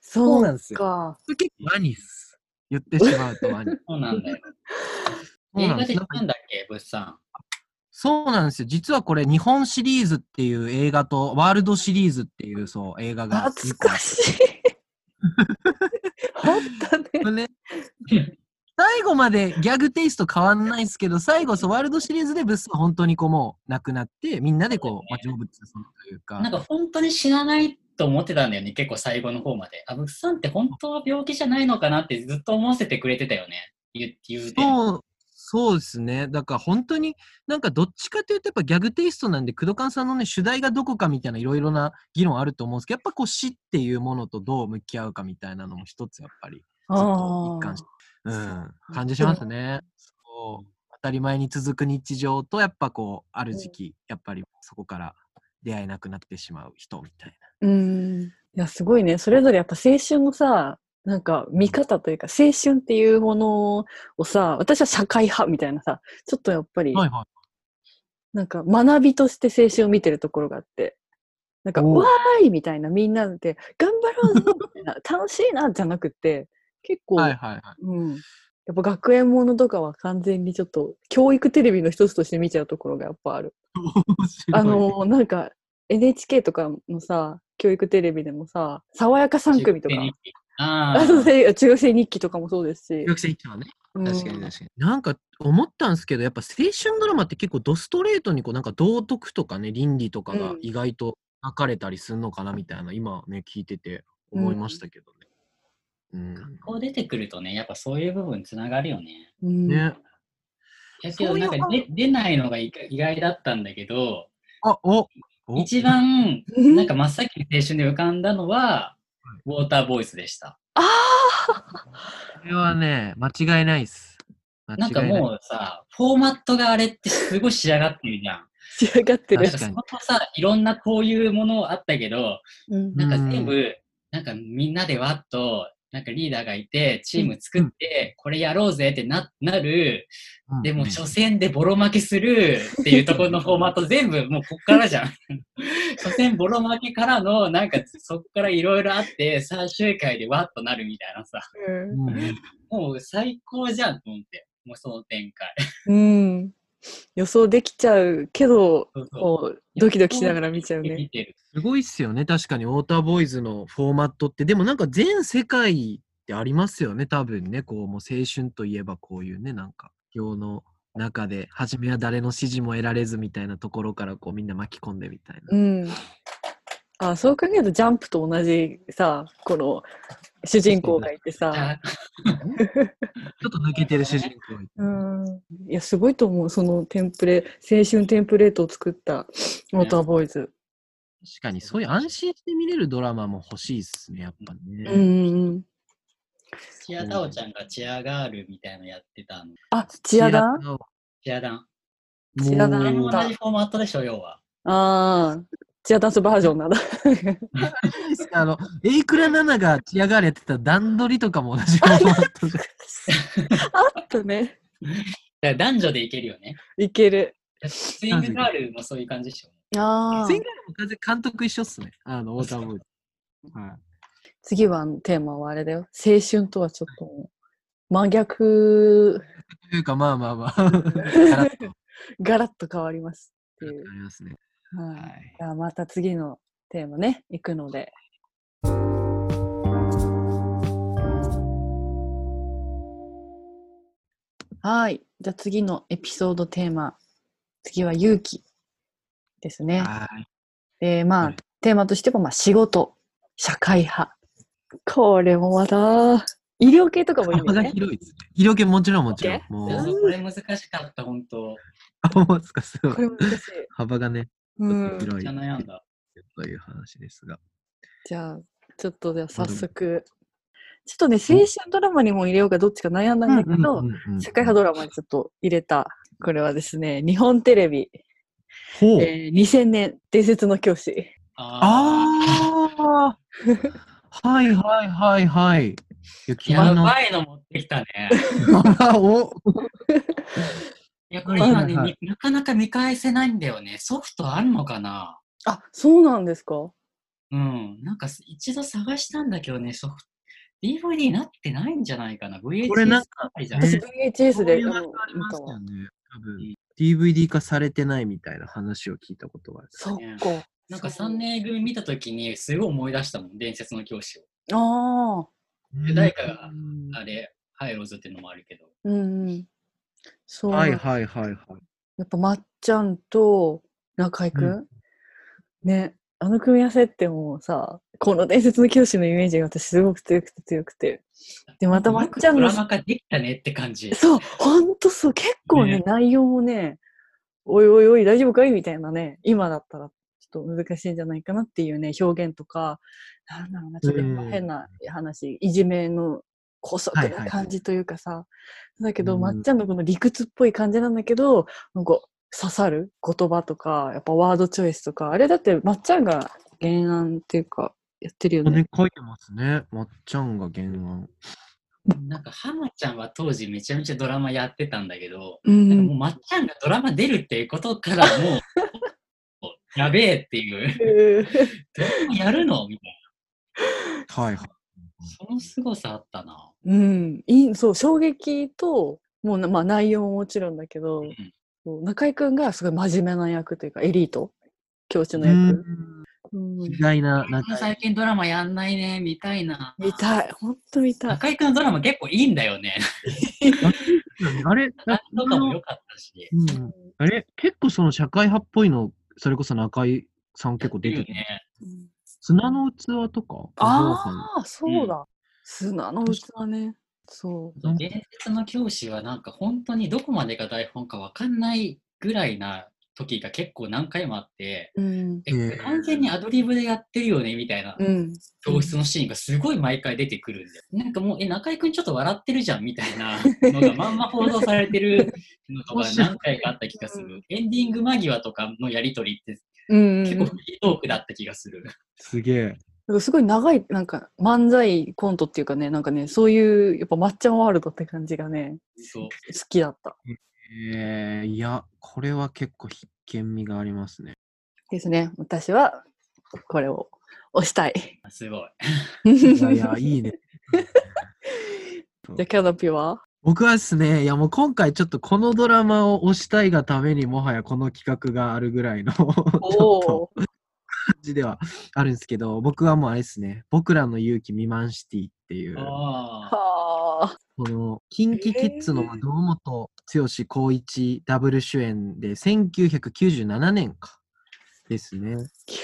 [SPEAKER 1] そう
[SPEAKER 2] う
[SPEAKER 1] な
[SPEAKER 2] なんん
[SPEAKER 1] で
[SPEAKER 2] ですす
[SPEAKER 1] よ。
[SPEAKER 2] 結構ワニっす言ってしまうとワニ
[SPEAKER 3] そうなんだよ。
[SPEAKER 2] そう
[SPEAKER 3] 映
[SPEAKER 2] なんで
[SPEAKER 3] 画
[SPEAKER 2] す
[SPEAKER 3] でなんだっけ、物産。
[SPEAKER 2] そうなんですよ。実はこれ、日本シリーズっていう映画と、ワールドシリーズっていう、そう、映画が。
[SPEAKER 1] 懐か しい。あったね。
[SPEAKER 2] これね最後までギャグテイスト変わんないですけど、最後、そう、ワールドシリーズでブスは本当にこう、もう、なくなって、みんなでこう、まあ、成仏するという
[SPEAKER 3] なん
[SPEAKER 2] か、
[SPEAKER 3] か本当に死なないと思ってたんだよね、結構最後の方まで。あ、物産って本当は病気じゃないのかなってずっと思わせてくれてたよね。言う言うて。
[SPEAKER 2] そう、そうですね。だから本当に、なんかどっちかというと、やっぱギャグテイストなんで、工藤勘さんのね、主題がどこかみたいな、いろいろな議論あると思うんですけど、やっぱこう、死っていうものとどう向き合うかみたいなのも一つ、やっぱり。ちょっと一貫しうん、感じしますね。そう当たり前に続く日常とやっぱこうある時期、やっぱりそこから出会えなくなってしまう人みたい
[SPEAKER 1] うん。いやすごいね。それぞれやっぱ青春のさ、なんか見方というか青春っていうものをさ、私は社会派みたいなさ、ちょっとやっぱり
[SPEAKER 2] な。はいは
[SPEAKER 1] なんか学びとして青春を見てるところがあって。なんか、
[SPEAKER 2] おう
[SPEAKER 1] わーいみたいな、みんなで、頑張ろうぞみ たいな、楽しいなじゃなくて、結構、
[SPEAKER 2] い。はいはいはい。
[SPEAKER 1] うん、やっぱ学園ものとかは完全にちょっと教育テレビの一つとして見ちゃうところがやっぱある。
[SPEAKER 2] 面白い
[SPEAKER 1] あのなんか NHK とかのさ教育テレビでもさ「爽やか3組」とか
[SPEAKER 3] 中学生日記。
[SPEAKER 1] 「
[SPEAKER 3] あ
[SPEAKER 1] あ
[SPEAKER 3] あ。
[SPEAKER 1] そうせい中学生日記」とかもそうですし
[SPEAKER 2] 留学生一はね。
[SPEAKER 1] うん
[SPEAKER 2] 確かに確かに。なんか思ったんですけど、やっぱ青春ドラマって結構ドストレートにこうなんか道徳とかね、倫理とかが
[SPEAKER 1] うん
[SPEAKER 2] 意外と書かれたりするのかなみたいな、今ね、聞いてて思いましたけどね。うん。
[SPEAKER 3] こう出てくるとね、やっぱそういう部分つながるよね。
[SPEAKER 1] うん
[SPEAKER 2] ね。
[SPEAKER 3] だけどなんか
[SPEAKER 2] そう
[SPEAKER 3] で出ないのが意外意外だったんだけど、
[SPEAKER 2] あ、おお
[SPEAKER 3] 一番
[SPEAKER 1] うん
[SPEAKER 3] なんか真っ先に青春で浮かんだのは、ウォーターボーイズでした。
[SPEAKER 1] あ
[SPEAKER 2] これはね、間違いないっす。間違い
[SPEAKER 3] なんかもうさ、フォーマットがあれってすごい仕上がってるじゃん。
[SPEAKER 1] 仕上がってる
[SPEAKER 3] なん
[SPEAKER 2] 確か
[SPEAKER 3] かそ
[SPEAKER 2] に
[SPEAKER 3] こさ、いろんなこういうものあったけど、
[SPEAKER 1] うん
[SPEAKER 3] なんか全部、なんかみんなでわっと、なんかリーダーがいて、チーム作って、これやろうぜってななる、でも初戦でボロ負けするっていうところのフォーマット全部もうこっからじゃん。 初戦ボロ負けからのなんかそこからいろいろあって最終回でわっとなるみたいなさ、
[SPEAKER 1] うん
[SPEAKER 2] うんうん
[SPEAKER 3] もう最高じゃんと思って、もうその展開。
[SPEAKER 1] うん予想できちゃうけど
[SPEAKER 3] そうそう
[SPEAKER 1] こうドキドキしながら見ちゃうね
[SPEAKER 3] 見てる。
[SPEAKER 2] すごいっすよね確かにウォーターボーイズのフォーマットってでもなんか全世界ってありますよね多分ねこうもう青春といえばこういうねなんか世の中で初めは誰の支持も得られずみたいなところからこうみんな巻き込んでみたいな、
[SPEAKER 1] うんあそう考えるとジャンプと同じさこの主人公がいてさ
[SPEAKER 3] あ
[SPEAKER 2] ちょっと抜けてる主人公
[SPEAKER 1] うんいやすごいと思うそのテンプレ青春テンプレートを作ったモーターボーイズ
[SPEAKER 2] 確かにそういう安心して見れるドラマも欲しいっすねやっぱね、
[SPEAKER 1] うんうんうん
[SPEAKER 3] チアダオちゃんがチアガールみたいなのやってたの。
[SPEAKER 1] あ土屋だ
[SPEAKER 2] も
[SPEAKER 3] チアダン。
[SPEAKER 2] う
[SPEAKER 1] チアダ
[SPEAKER 3] あれ
[SPEAKER 1] ン
[SPEAKER 3] も同じフォーマットでしょ、要は。
[SPEAKER 1] ああ土屋ダンスバージョンなんだ
[SPEAKER 2] あの、エイクラナナがチアガールやってた段取りとか も同じフォーマットで。
[SPEAKER 1] あったね
[SPEAKER 3] だから男女でいけるよね。
[SPEAKER 1] いける
[SPEAKER 3] スイングガールもそういう感じでしょ。
[SPEAKER 1] あ
[SPEAKER 2] スイングガールも完全監督一緒っすね。あの、ウォーターボーイズ。はい。
[SPEAKER 1] 次はテーマはあれだよ青春とはちょっともう真逆
[SPEAKER 2] というか、まあまあまあ。ガラッと。
[SPEAKER 1] ガラッと変わりますっていう、
[SPEAKER 2] ありますね。
[SPEAKER 1] は、
[SPEAKER 2] はいい。
[SPEAKER 1] じゃあまた次のテーマね行くのではいじゃあ次のエピソードテーマ次は勇気ですね
[SPEAKER 2] はい。
[SPEAKER 1] でまあ、
[SPEAKER 2] はい
[SPEAKER 1] テーマとしても、まあ、仕事社会派これもまた医療系とかもいい
[SPEAKER 2] 幅
[SPEAKER 1] よ
[SPEAKER 2] が
[SPEAKER 1] ね
[SPEAKER 2] 広いですね。色気もちろんもちろん。も
[SPEAKER 3] そう
[SPEAKER 2] う、
[SPEAKER 3] そうこれ難しかった、本当。
[SPEAKER 2] あ、もうすか、すごい
[SPEAKER 1] こ。れ難しい、
[SPEAKER 2] 幅がね、
[SPEAKER 1] う
[SPEAKER 2] ちょっ
[SPEAKER 1] ん
[SPEAKER 2] と、広
[SPEAKER 3] めっ
[SPEAKER 2] い
[SPEAKER 3] ちゃ悩んだ。
[SPEAKER 2] という話ですが。
[SPEAKER 1] じゃあちょっとじゃあ
[SPEAKER 2] ま
[SPEAKER 1] 早
[SPEAKER 2] あでも
[SPEAKER 1] 速ちょっとね青春ドラマにも入れようかどっちか悩んだんだけど、社会派
[SPEAKER 2] 動
[SPEAKER 1] ドラマにちょっと入れたこれはですね日本テレビ、
[SPEAKER 2] ほう。
[SPEAKER 1] えー2000年伝説の教師
[SPEAKER 3] あ
[SPEAKER 2] ああ。はいはいはいはい。
[SPEAKER 3] ー
[SPEAKER 2] 雪
[SPEAKER 3] や
[SPEAKER 2] 山の。
[SPEAKER 3] ばいの持って きたね。
[SPEAKER 2] お
[SPEAKER 3] いや、これ今ね、
[SPEAKER 2] はいは
[SPEAKER 3] になかなか見返せないんだよね。ソフトあるのかな
[SPEAKER 1] あそうなんですか
[SPEAKER 3] うん。なんか一度探したんだけどね、ソフト。DVD になってないんじゃないかな ?VHS
[SPEAKER 2] これなん
[SPEAKER 3] あたりじゃん。
[SPEAKER 1] 私
[SPEAKER 2] ね
[SPEAKER 1] VHS であの
[SPEAKER 2] あり
[SPEAKER 1] 見
[SPEAKER 2] ま
[SPEAKER 1] た
[SPEAKER 2] すよ
[SPEAKER 1] わ
[SPEAKER 2] ね。多分 DVD 化されてないみたいな話を聞いたことがある。
[SPEAKER 1] そっ
[SPEAKER 3] ね
[SPEAKER 1] か
[SPEAKER 3] なんか3年 A 組見たときに、すごい思い出したもん、伝説の教師を。
[SPEAKER 1] ああ
[SPEAKER 2] う
[SPEAKER 3] 誰かが
[SPEAKER 2] ん
[SPEAKER 3] あれ、ハイローズっていうのもあるけど。
[SPEAKER 1] うんうんそうなん
[SPEAKER 2] は
[SPEAKER 1] だ
[SPEAKER 2] いはいはいはい。
[SPEAKER 1] やっぱまっちゃんと中居くん、
[SPEAKER 2] う
[SPEAKER 1] ねあの組み合わせってもうさこの伝説の教師のイメージが私すごく強くて強くてでまたまっちゃん
[SPEAKER 3] ド
[SPEAKER 1] の
[SPEAKER 3] ラマ化できたねって感じ。
[SPEAKER 1] そうほんとそう結構ね
[SPEAKER 3] ね
[SPEAKER 1] 内容もねおいおいおい大丈夫かいみたいなね今だったらちょっと難しいんじゃないかなっていうね表現とかなんだろうなちょっとやっぱ
[SPEAKER 2] うん
[SPEAKER 1] 変な話、いじめの古速
[SPEAKER 2] はいはいは
[SPEAKER 1] ない感じというかさ、だけど、
[SPEAKER 2] うん
[SPEAKER 1] まっちゃんのこの理屈っぽい感じなんだけどなんか刺さる言葉とかやっぱワードチョイスとかあれだってまっちゃんが原案っていうかやってるよね
[SPEAKER 2] ね、書いてますね。まっちゃんが原案。
[SPEAKER 3] なんか、ハマちゃんは当時めちゃめちゃドラマやってたんだけど、
[SPEAKER 1] う
[SPEAKER 3] なんか
[SPEAKER 1] ん
[SPEAKER 3] もうまっちゃんがドラマ出るっていうことからも う、やべえっていう、ドラマやるのみたい
[SPEAKER 2] はいはい。
[SPEAKER 3] な。その凄さあったな。
[SPEAKER 1] うん、いいそう衝撃ともうな、まあ、内容ももちろんだけど、
[SPEAKER 3] ん
[SPEAKER 1] こう中居君がすごい真面目な役というかエリート教師の
[SPEAKER 2] う
[SPEAKER 1] 役、う
[SPEAKER 2] ん
[SPEAKER 1] ん
[SPEAKER 2] 意外な、なんか、
[SPEAKER 3] 最近ドラマやんないね、みたいな。
[SPEAKER 1] 見たいほんと見たい
[SPEAKER 3] 中居君のドラマ結構いいんだよ ね。
[SPEAKER 2] あれ、
[SPEAKER 3] なんとかも良かったし。
[SPEAKER 2] うんあれ、結構その社会派っぽいの、それこそ中井さん結構出て
[SPEAKER 3] る
[SPEAKER 2] る。
[SPEAKER 3] ね。
[SPEAKER 1] うん
[SPEAKER 2] 砂の器とか
[SPEAKER 1] ああそうだ、砂の器ねそ
[SPEAKER 3] そう伝説の教師はなんか本当にどこまでが台本かわかんないぐらいな時が結構何回もあって、
[SPEAKER 1] ううん
[SPEAKER 3] え
[SPEAKER 2] うん
[SPEAKER 3] 完全にアドリブでやってるよねみたいな
[SPEAKER 1] うん
[SPEAKER 3] 教室のシーンがすごい毎回出てくるんだよ。なんかもう、え、中居くんちょっと笑ってるじゃんみたいなのがまんま報道されてるのとか何回かあった気がする。エンディング間際とかのやりとりって
[SPEAKER 1] うん
[SPEAKER 3] 結構フリートークだった気がする。
[SPEAKER 2] すげえ。
[SPEAKER 1] 構すごい長いなんか漫才コントっていうかねなんかねそういうやっぱまっちゃんワールドって感じがね
[SPEAKER 3] そう。
[SPEAKER 1] 好きだった
[SPEAKER 2] えー、いや、これは結構必見味がありますね。
[SPEAKER 1] ですね私はこれを押したい
[SPEAKER 3] すごい。
[SPEAKER 2] いやい や、いいね。
[SPEAKER 1] じゃあキャノピーは
[SPEAKER 2] 僕はですね、いやもう今回ちょっとこのドラマを推したいがためにもはやこの企画があるぐらいのちょっと
[SPEAKER 1] おお
[SPEAKER 2] 感じではあるんですけど、僕はもうあれですね、僕らの勇気未満シティっていう、
[SPEAKER 3] ああ。
[SPEAKER 1] はあ
[SPEAKER 2] この、キンキキッズの
[SPEAKER 1] へー
[SPEAKER 2] 堂本剛光一ダブル主演で、1997年か。ですね。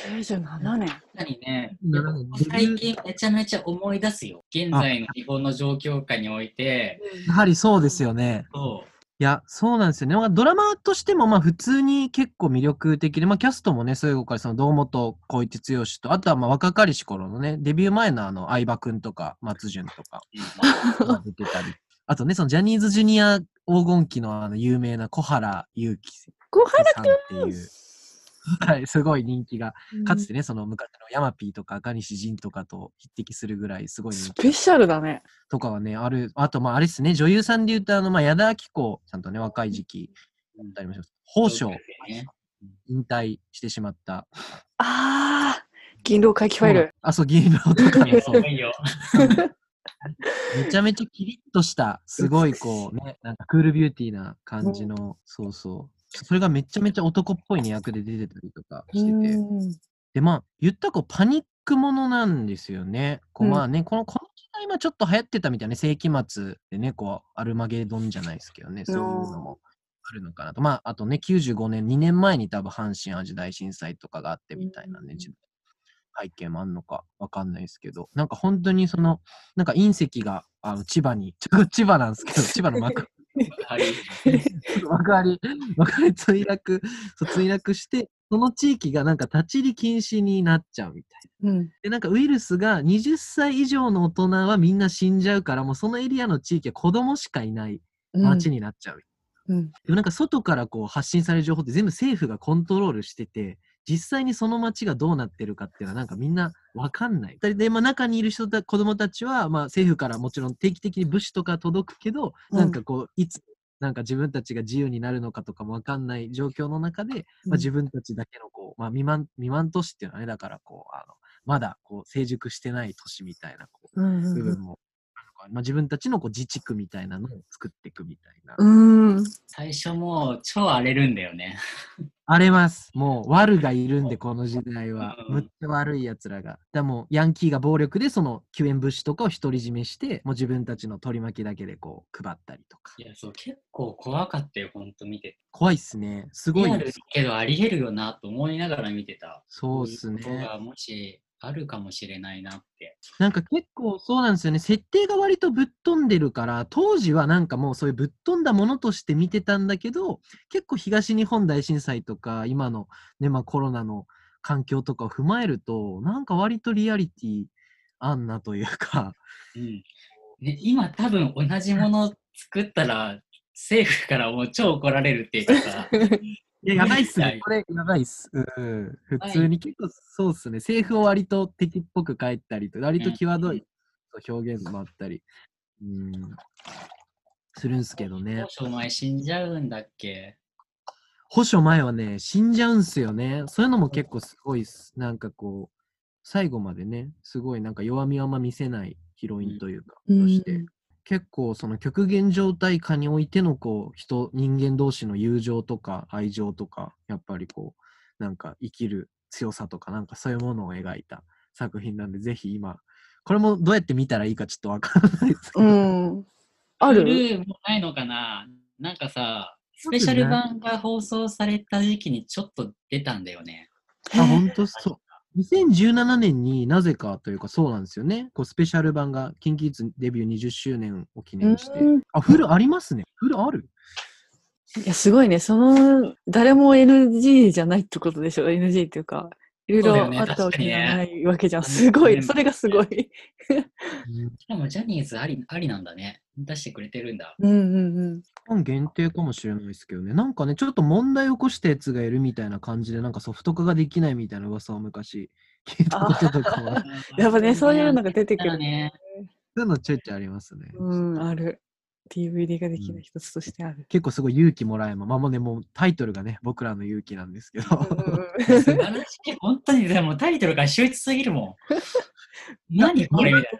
[SPEAKER 1] 97年
[SPEAKER 3] 確かにね、
[SPEAKER 2] なるほど
[SPEAKER 3] 最近めちゃめちゃ思い出すよ。現在の日本の状況下において、
[SPEAKER 2] やはりそうですよね。
[SPEAKER 3] そ
[SPEAKER 2] いや、そうなんですよね。まあドラマとしても、まあ、普通に結構魅力的で、まあ、キャストもね、そういうから、その、堂本光一剛と、あとは、まあ、若かりし頃のね、デビュー前の、あの、相葉くんとか、松潤とか、
[SPEAKER 3] う。うん
[SPEAKER 2] まあ出てたり。あとね、その、ジャニーズジュニア黄金期の、あの、有名な小原祐希
[SPEAKER 1] 小
[SPEAKER 2] さんっていう、はい、すごい人気が、かつてね、その、昔のヤマピーとか、赤西仁とかと匹敵するぐらい、すごい人
[SPEAKER 1] ス
[SPEAKER 2] 気
[SPEAKER 1] ペシャルだね
[SPEAKER 2] とかはね、ある、あと、まあ、あれですね、女優さんで言うと、あの、まあ、矢田亜希子さんとね、若い時期、
[SPEAKER 3] うん
[SPEAKER 2] ありました。宝生、
[SPEAKER 3] ね
[SPEAKER 2] 引退してしまった。
[SPEAKER 1] ああ銀狼回帰ファイル
[SPEAKER 2] あ、そう、銀狼とか
[SPEAKER 3] いや
[SPEAKER 2] ね、
[SPEAKER 3] す
[SPEAKER 2] そう
[SPEAKER 3] ご。いよ。
[SPEAKER 2] めちゃめちゃキリッとした、すごいこうね、なんかクールビューティーな感じの、そうそう。それがめちゃめちゃ男っぽい、ね、役で出てたりとかしてて。
[SPEAKER 1] うん
[SPEAKER 2] で、まあ、言ったらこうパニックものなんですよね。こう
[SPEAKER 1] うん
[SPEAKER 2] まあね、この、この時代、今ちょっと流行ってたみたいな、世紀末でね、こう、アルマゲドンじゃないですけどね、そういうのも。あるのかなとまあ、あとね、95年、2年前に多分阪神・淡路大震災とかがあってみたいなね、
[SPEAKER 1] うん
[SPEAKER 2] 時代背景もあんのかわかんないですけど、なんか本当にその、なんか隕石があの千葉に、ちょっと千葉なんですけど、千葉の幕
[SPEAKER 3] はい。
[SPEAKER 2] 幕張、幕張墜落、そう墜落して、その地域がなんか立ち入り禁止になっちゃうみたいな。
[SPEAKER 1] うん
[SPEAKER 2] で、なんかウイルスが20歳以上の大人はみんな死んじゃうから、もうそのエリアの地域は子供しかいない町になっちゃうみたい
[SPEAKER 1] う
[SPEAKER 2] な。
[SPEAKER 1] ん
[SPEAKER 2] でもなんか外からこう発信される情報って全部政府がコントロールしてて、実際にその街がどうなってるかっていうのはなんかみんなわかんない。で、まあ、中にいる人た子供たちは、まあ、政府からもちろん定期的に物資とか届くけど、
[SPEAKER 1] うん
[SPEAKER 2] なんかこう、いつ、なんか自分たちが自由になるのかとかもわかんない状況の中で、まあ、自分たちだけのこう、まあ、未満、未満都市っていうのはね、だからこう、あの、まだこう成熟してない都市みたいなこ
[SPEAKER 1] うん
[SPEAKER 2] う部
[SPEAKER 1] う
[SPEAKER 2] 分も、まあ、自分たちのこう自治区みたいなのを作っていくみたいな。
[SPEAKER 1] んうん
[SPEAKER 3] 最初もう超荒れるんだよね。
[SPEAKER 2] 荒れます。もう悪がいるんで、この時代は。
[SPEAKER 3] うん
[SPEAKER 2] むっちゃ悪い奴らが。だもうヤンキーが暴力でその救援物資とかを独り占めして、もう自分たちの取り巻きだけでこう配ったりとか
[SPEAKER 3] い。や、そう、結構怖かったよ、ほんと見てて。
[SPEAKER 2] 怖いっすね。すご
[SPEAKER 3] リ
[SPEAKER 2] い
[SPEAKER 3] アルだけどありえるよなと思いながら見てた。
[SPEAKER 2] そうっす
[SPEAKER 3] こういうこと
[SPEAKER 2] ね。
[SPEAKER 3] がもしあるかもしれないなって。
[SPEAKER 2] なんか結構そうなんですよね。設定が割とぶっ飛んでるから、当時はなんかもうそういうぶっ飛んだものとして見てたんだけど、結構東日本大震災とか、今のね、まあコロナの環境とかを踏まえると、なんか割とリアリティあんなというか、
[SPEAKER 3] うん。ね、今多分同じもの作ったら、政府からもう超怒られるっていうかさ
[SPEAKER 2] いや、やばいっす
[SPEAKER 3] は
[SPEAKER 2] ね
[SPEAKER 3] い。
[SPEAKER 2] これ、やばいっす。うん。普通に結構そうっすね。政府を割と敵っぽく書いたりと、割と際どい表現もあったり、うん、するんすけどね
[SPEAKER 3] 当。初お前死んじゃうんだっけ
[SPEAKER 2] 保守前はね、死んじゃうんすよね。そういうのも結構すごいっす。なんかこう、最後までね、すごいなんか弱みはあんま見せないヒロインというか、
[SPEAKER 1] うん
[SPEAKER 2] として。結構その極限状態下においてのこう人人間同士の友情とか愛情とかやっぱりこうなんか生きる強さとかなんかそういうものを描いた作品なんでぜひ今これもどうやって見たらいいかちょっとわからないですけど、
[SPEAKER 1] うんあ
[SPEAKER 3] フ
[SPEAKER 1] る
[SPEAKER 3] ルもないのかななんかさ、スペシャル版が放送された時期にちょっと出たんだよね。
[SPEAKER 2] あ本当そう2017年になぜかというかそうなんですよねこうスペシャル版が KinKids デビュー20周年を記念して
[SPEAKER 1] うん
[SPEAKER 2] あフルありますねフルある
[SPEAKER 1] いやすごいねその誰も NG じゃないってことでしょ NG っていうかいろい
[SPEAKER 3] そうだよね
[SPEAKER 1] ろあったわけじゃないわけじゃん。
[SPEAKER 3] 確かに
[SPEAKER 1] す
[SPEAKER 3] ね
[SPEAKER 1] ご
[SPEAKER 3] う
[SPEAKER 1] い。
[SPEAKER 3] ん
[SPEAKER 1] それがすごい。
[SPEAKER 3] しかもジャニーズありありなんだね。出してくれてる んだ。
[SPEAKER 1] うんうんうん。
[SPEAKER 2] 期間限定かもしれないですけどね。なんかね、ちょっと問題起こしたやつがいるみたいな感じで、なんかソフト化ができないみたいな噂を昔聞いたことと かは、
[SPEAKER 1] やっぱね、そういうのが出てく
[SPEAKER 3] だから
[SPEAKER 1] る。
[SPEAKER 3] ね。
[SPEAKER 2] そういうのちょいちょいありますね。
[SPEAKER 1] うん、ある。DVD ができない一つとしてある。
[SPEAKER 2] 結構すごい勇気もらえま、まあもうね、もうタイトルがね、僕らの勇気なんですけど、
[SPEAKER 1] うん
[SPEAKER 3] 素晴らしい。本当に、でもタイトルが秀逸すぎるも ん。何これみたいな。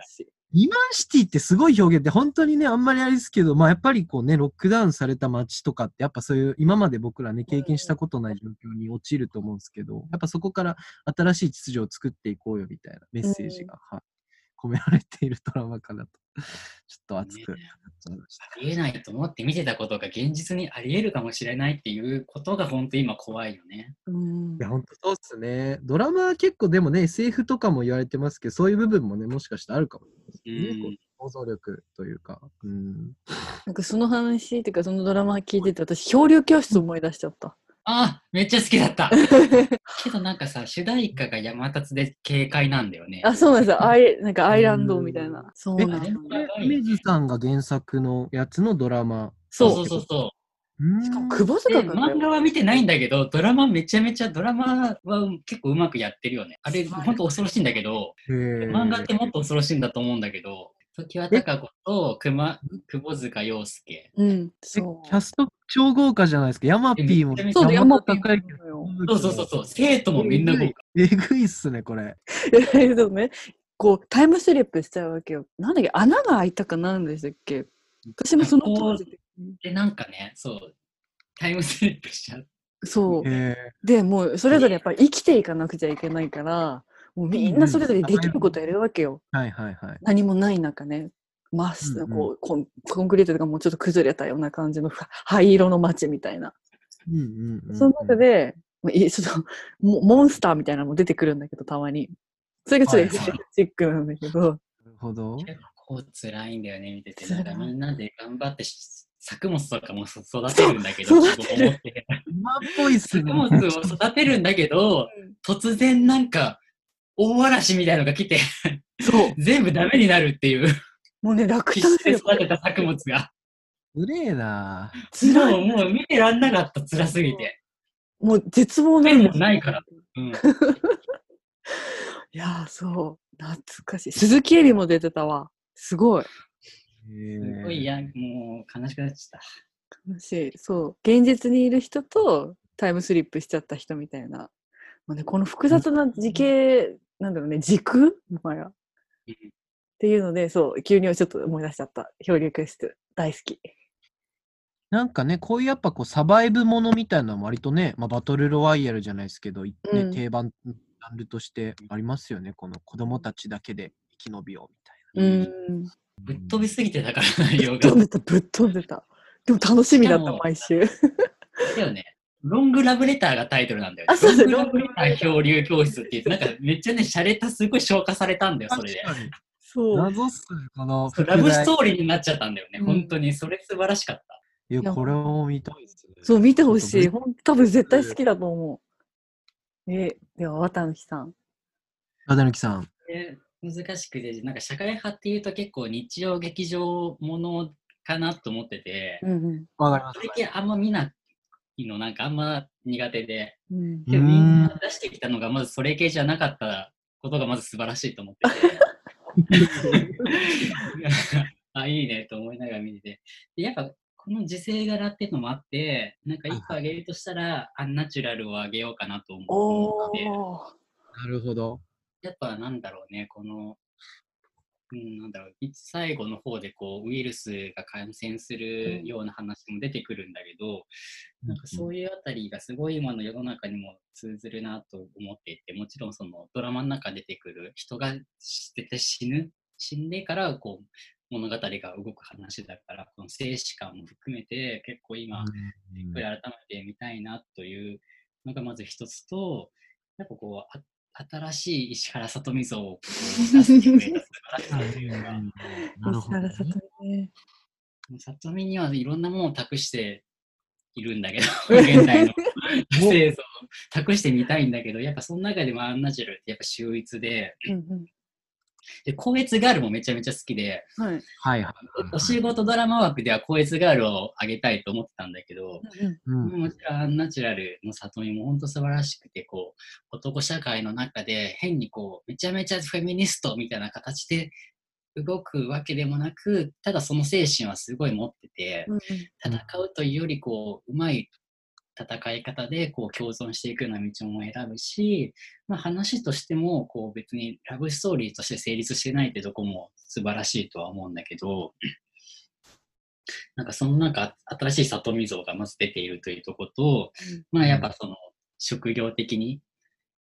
[SPEAKER 2] リマンシティってすごい表現で、本当にね、あんまりあれですけど、まあやっぱりこうね、ロックダウンされた街とかって、やっぱそういう、今まで僕らね、経験したことない状況に陥ると思うんですけど、やっぱそこから新しい秩序を作っていこうよみたいなメッセージが、はい込められているドラマかなと、 ちょっと熱く語っちゃいました。
[SPEAKER 3] ありえないと思って見てたことが現実にありえるかもしれないっていうことが本当今怖いよね。
[SPEAKER 1] うん
[SPEAKER 2] いや、ほんとそうっすね。ドラマは結構でもね、SF とかも言われてますけど、そういう部分もね、もしかしてあるかもしれないですね。
[SPEAKER 3] うん
[SPEAKER 2] こう想像力というか。うん。
[SPEAKER 1] なんかその話っていうかそのドラマ聞いてて私漂流教室思い出しちゃった。
[SPEAKER 3] あめっちゃ好きだった。けどなんかさ、主題歌が山立で軽快なんだよね。
[SPEAKER 1] あ、そうなんですよ。アイなんかアイランドみたいな。そう
[SPEAKER 2] え
[SPEAKER 1] なんです。
[SPEAKER 3] これ
[SPEAKER 2] 梅津さんが原作のやつのドラマ。
[SPEAKER 3] そ
[SPEAKER 1] そ
[SPEAKER 3] うそうう。そうそう。
[SPEAKER 2] うん
[SPEAKER 1] しかも窪
[SPEAKER 3] で
[SPEAKER 1] 塚君だ
[SPEAKER 3] 漫
[SPEAKER 1] よ。
[SPEAKER 3] 画は見てないんだけど、ドラマめちゃめちゃ、ドラマは結構うまくやってるよね。あれ、ほんと恐ろしいんだけど、
[SPEAKER 2] へー
[SPEAKER 3] 漫画ってもっと恐ろしいんだと思うんだけど、時は高子と熊窪塚洋介。
[SPEAKER 1] うん。
[SPEAKER 2] え
[SPEAKER 1] そ
[SPEAKER 2] キャスト超豪華じゃないですか。ヤマピーも
[SPEAKER 3] えめ
[SPEAKER 1] う。そうだ、山
[SPEAKER 2] 山
[SPEAKER 1] ピ
[SPEAKER 2] 田
[SPEAKER 1] ー
[SPEAKER 2] 孝之
[SPEAKER 1] 君だよ。
[SPEAKER 3] そうそうそうそう、生徒もみんな豪華。
[SPEAKER 2] えぐいっすね、これ。
[SPEAKER 1] えでもねこうタイムスリップしちゃうわけよなんだっけ穴が開いたかなんでしたっけ私もその当時
[SPEAKER 3] で、なんかね、そう、タイムスリップしちゃう。
[SPEAKER 1] そう
[SPEAKER 2] へ
[SPEAKER 1] でもうそれぞれやっぱり生きていかなくちゃいけないからもうみんなそれぞれできることやるわけよ
[SPEAKER 2] ーはいはいはい。
[SPEAKER 1] 何もない中ねまっす
[SPEAKER 2] うんうん
[SPEAKER 1] こうコンコンクリートとかもうちょっと崩れたような感じのふ灰色の街みたいな
[SPEAKER 2] うんうんうんうん
[SPEAKER 1] その中で、まあい ちょっとモモンスターみたいなのも出てくるんだけどたまにそれがちょっとエステチックなんだけど、
[SPEAKER 2] なるほど。
[SPEAKER 3] 結構辛いんだよね、見てて。
[SPEAKER 1] 辛
[SPEAKER 3] ないんかみんなで頑張ってし、作物とかもそ育てるんだけど、
[SPEAKER 1] そう育てる
[SPEAKER 3] 思って
[SPEAKER 2] 今っぽいっす
[SPEAKER 3] 作
[SPEAKER 2] ね。
[SPEAKER 3] 物 を育てるんだけど、突然なんか大嵐みたいのが来て
[SPEAKER 1] そう
[SPEAKER 3] 全部ダメになるっていう
[SPEAKER 1] もうね落
[SPEAKER 3] 必
[SPEAKER 1] 胆
[SPEAKER 3] 死
[SPEAKER 1] す
[SPEAKER 3] で
[SPEAKER 1] る
[SPEAKER 3] 育てた作物が
[SPEAKER 2] うれえな
[SPEAKER 1] 辛い
[SPEAKER 3] もうもう見てらんなかった辛すぎて、
[SPEAKER 1] もう絶望なんです
[SPEAKER 3] ペンもないから。うん、
[SPEAKER 1] いやー、そう。懐かしい。鈴木エリも出てたわ。すごい。
[SPEAKER 3] すごいいやもう悲しくなっちゃっ
[SPEAKER 1] 悲しい。そう。現実にいる人とタイムスリップしちゃった人みたいな。もうね、この複雑な時系、なんだろうね、軸もはや。っ
[SPEAKER 3] うん
[SPEAKER 1] ていうので、そう、急にちょっと思い出しちゃった。漂流教室。大好き。
[SPEAKER 2] なんかね、こういうやっぱこうサバイブものみたいなのも割とね、まあ、バトルロワイヤルじゃないですけど、いね
[SPEAKER 1] うん
[SPEAKER 2] 定番のジャンルとしてありますよね、この子供たちだけで生き延びようみたい
[SPEAKER 3] た、
[SPEAKER 1] うーん。
[SPEAKER 3] ぶっ飛びすぎてたから内容
[SPEAKER 1] ぶっ飛ん
[SPEAKER 3] が
[SPEAKER 1] でた、ぶっ飛んでた。でも楽しみだっ
[SPEAKER 3] しか
[SPEAKER 1] た、
[SPEAKER 3] も
[SPEAKER 1] 毎週。
[SPEAKER 3] だよねロングラブレターがタイトルなんだよ、ね。
[SPEAKER 1] あそうだ
[SPEAKER 3] ロングラブレター漂流教室って言って、なんかめっちゃね、洒落たすごい消化されたんだよ、
[SPEAKER 2] な。
[SPEAKER 3] それで。
[SPEAKER 2] に。
[SPEAKER 1] そう。
[SPEAKER 2] 謎っすね、この
[SPEAKER 3] そう
[SPEAKER 2] 副
[SPEAKER 3] ラブス
[SPEAKER 2] 題
[SPEAKER 3] トーリーになっちゃったんだよね、
[SPEAKER 1] うん
[SPEAKER 3] 本当に。それ素晴らしかった。
[SPEAKER 2] いや、これを見たいですね。
[SPEAKER 1] そう、見てほしい。
[SPEAKER 2] ちょっと
[SPEAKER 1] ほん多分絶対好きだと思う。え、では、綿貫さん。
[SPEAKER 2] ぶ。なだぬきさん。
[SPEAKER 3] で難しくて、なんか社会派っていうと結構日曜劇場ものかなと思ってて、
[SPEAKER 1] うんうん
[SPEAKER 2] わかります。
[SPEAKER 3] 最近あんま見ないの、なんかあんま苦手で、
[SPEAKER 1] うん。
[SPEAKER 3] けど
[SPEAKER 2] うーん
[SPEAKER 3] みんな出してきたのがまずそれ系じゃなかったことがまず素晴らしいと思って て。あ、いいねと思いながら見てて。でやっぱこの時勢柄っていうのもあって、なんか一個あげるとしたら、アンナチュラルをあげようかなと思
[SPEAKER 1] お
[SPEAKER 3] ってて。
[SPEAKER 1] お。
[SPEAKER 2] なるほど。
[SPEAKER 3] やっぱなんだろうね、この、うん、なんだろう、い最後の方でこうウイルスが感染す
[SPEAKER 1] う
[SPEAKER 3] る
[SPEAKER 1] ん
[SPEAKER 3] ような話も出てくるんだけど、なんか
[SPEAKER 2] う
[SPEAKER 3] そういうあたりがすごい今の世の中にも通ずるなと思っていて、もちろんそのドラマの中に出てくる人が絶対死ぬ、死んでからこう物語が動く話だから、この生死観も含めて結構今、
[SPEAKER 2] ん
[SPEAKER 3] これ改めて見たいなというのがまず一つと、やっぱこう、あ新しい石原さとみ像を 出してくれた素晴らしさというか、
[SPEAKER 2] なるほどね。
[SPEAKER 1] ね。
[SPEAKER 3] さとみにはいろんなものを託しているんだ けど、現代の女性像を託してみたいんだけど、やっぱその中でもアンナチュラルってやっぱ秀逸で、
[SPEAKER 1] うん
[SPEAKER 3] で、光悦ガールもめちゃめちゃ好きで、
[SPEAKER 1] うんはい
[SPEAKER 2] はいはい
[SPEAKER 3] お仕事ドラマ枠では光悦ガールをあげたいと思ってたんだけど、
[SPEAKER 1] うん
[SPEAKER 2] うん
[SPEAKER 3] もちろんアンナチュラルの里見も本当素晴らしくて、こう、男社会の中で変にこう、めちゃめちゃフェミニストみたいな形で動くわけでもなく、ただその精神はすごい持ってて、
[SPEAKER 1] うん
[SPEAKER 3] 戦うというよりこう、うまい戦い方でこう共存していくような道も選ぶし、まあ、話としてもこう別にラブストーリーとして成立してないってとこも素晴らしいとは思うんだけど、なんかその中、新しい里見像がまず出ているというとこと、まあやっぱその職業的に、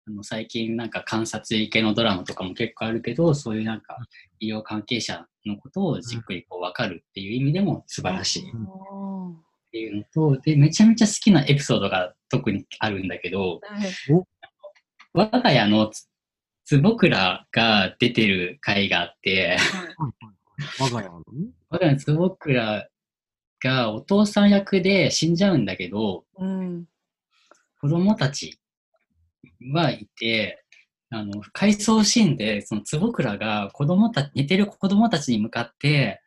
[SPEAKER 3] あの最近なんか観察系のドラマとかも結構あるけど、そういうなんか医療関係者のことをじっくりこう分かるっていう意味でも素晴らしい。
[SPEAKER 2] うん
[SPEAKER 1] お
[SPEAKER 3] っていうのと、で、めちゃめちゃ好きなエピソードが特にあるんだけど、
[SPEAKER 1] ーはい
[SPEAKER 3] 我が家のつ坪倉が出てる回があって、
[SPEAKER 2] 我が家のね
[SPEAKER 3] 我が家の坪倉がお父さん役で死んじゃうんだけど、
[SPEAKER 1] うん
[SPEAKER 3] 子供たちはいて、あの、回想シーンで、その坪倉が子供たち、寝てる子供たちに向かって、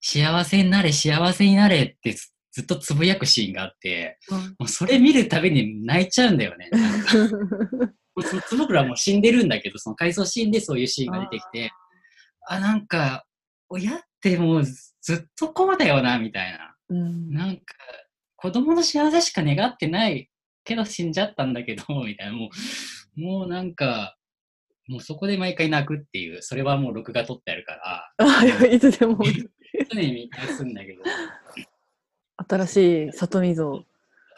[SPEAKER 3] 幸せになれ、幸せになれってずずっとつぶやくシーンがあって、もうそれ見るたびに泣いちゃうんだよね。もうその 坪倉はもう死んでるんだけど、その回想シーンでそういうシーンが出てきて、あなんか、親ってもうずっとこうだよな、みたいな。
[SPEAKER 1] うん
[SPEAKER 3] なんか、子供の幸せしか願ってないけど死んじゃったんだけど、 みたいな。もう、もうなんか、もうそこで毎回泣くっていう、それはもう録画撮ってあるから、
[SPEAKER 1] あいつでも
[SPEAKER 3] 常に見返すんだけど、
[SPEAKER 1] 新しい里見像。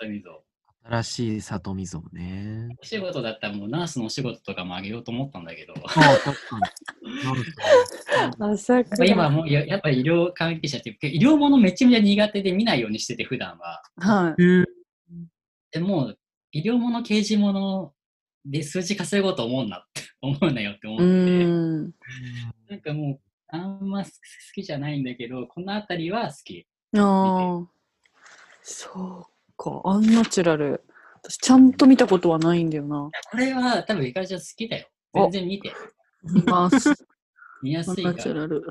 [SPEAKER 3] 里見像
[SPEAKER 2] 新しい里見像ね。
[SPEAKER 3] お仕事だったらもうナースのお仕事とかもあげようと思ったんだけど、
[SPEAKER 2] あ確かに。なんか
[SPEAKER 1] まさ
[SPEAKER 3] やっ
[SPEAKER 1] か
[SPEAKER 3] ぱ今もうややっぱ医療関係者って医療ものめちゃめちゃ苦手で見ないようにしてて普段は。
[SPEAKER 1] は
[SPEAKER 2] へー
[SPEAKER 3] でもう医療もの刑事もので数字稼ごうと思うんだって 思うなよって思っ
[SPEAKER 1] い。う
[SPEAKER 3] て、
[SPEAKER 1] ん。
[SPEAKER 3] なんかもうあんま好きじゃないんだけどこの辺りは好き。
[SPEAKER 1] ああ。そうか。アンナチュラル。私、ちゃんと見たことはないんだよな。
[SPEAKER 3] これは多分ゆかりちゃん好きだよ。
[SPEAKER 1] お
[SPEAKER 3] 全然見て。
[SPEAKER 1] 見ます。
[SPEAKER 3] 見やす
[SPEAKER 1] アン
[SPEAKER 3] いか
[SPEAKER 1] ナチュ
[SPEAKER 3] ら。
[SPEAKER 1] ラル。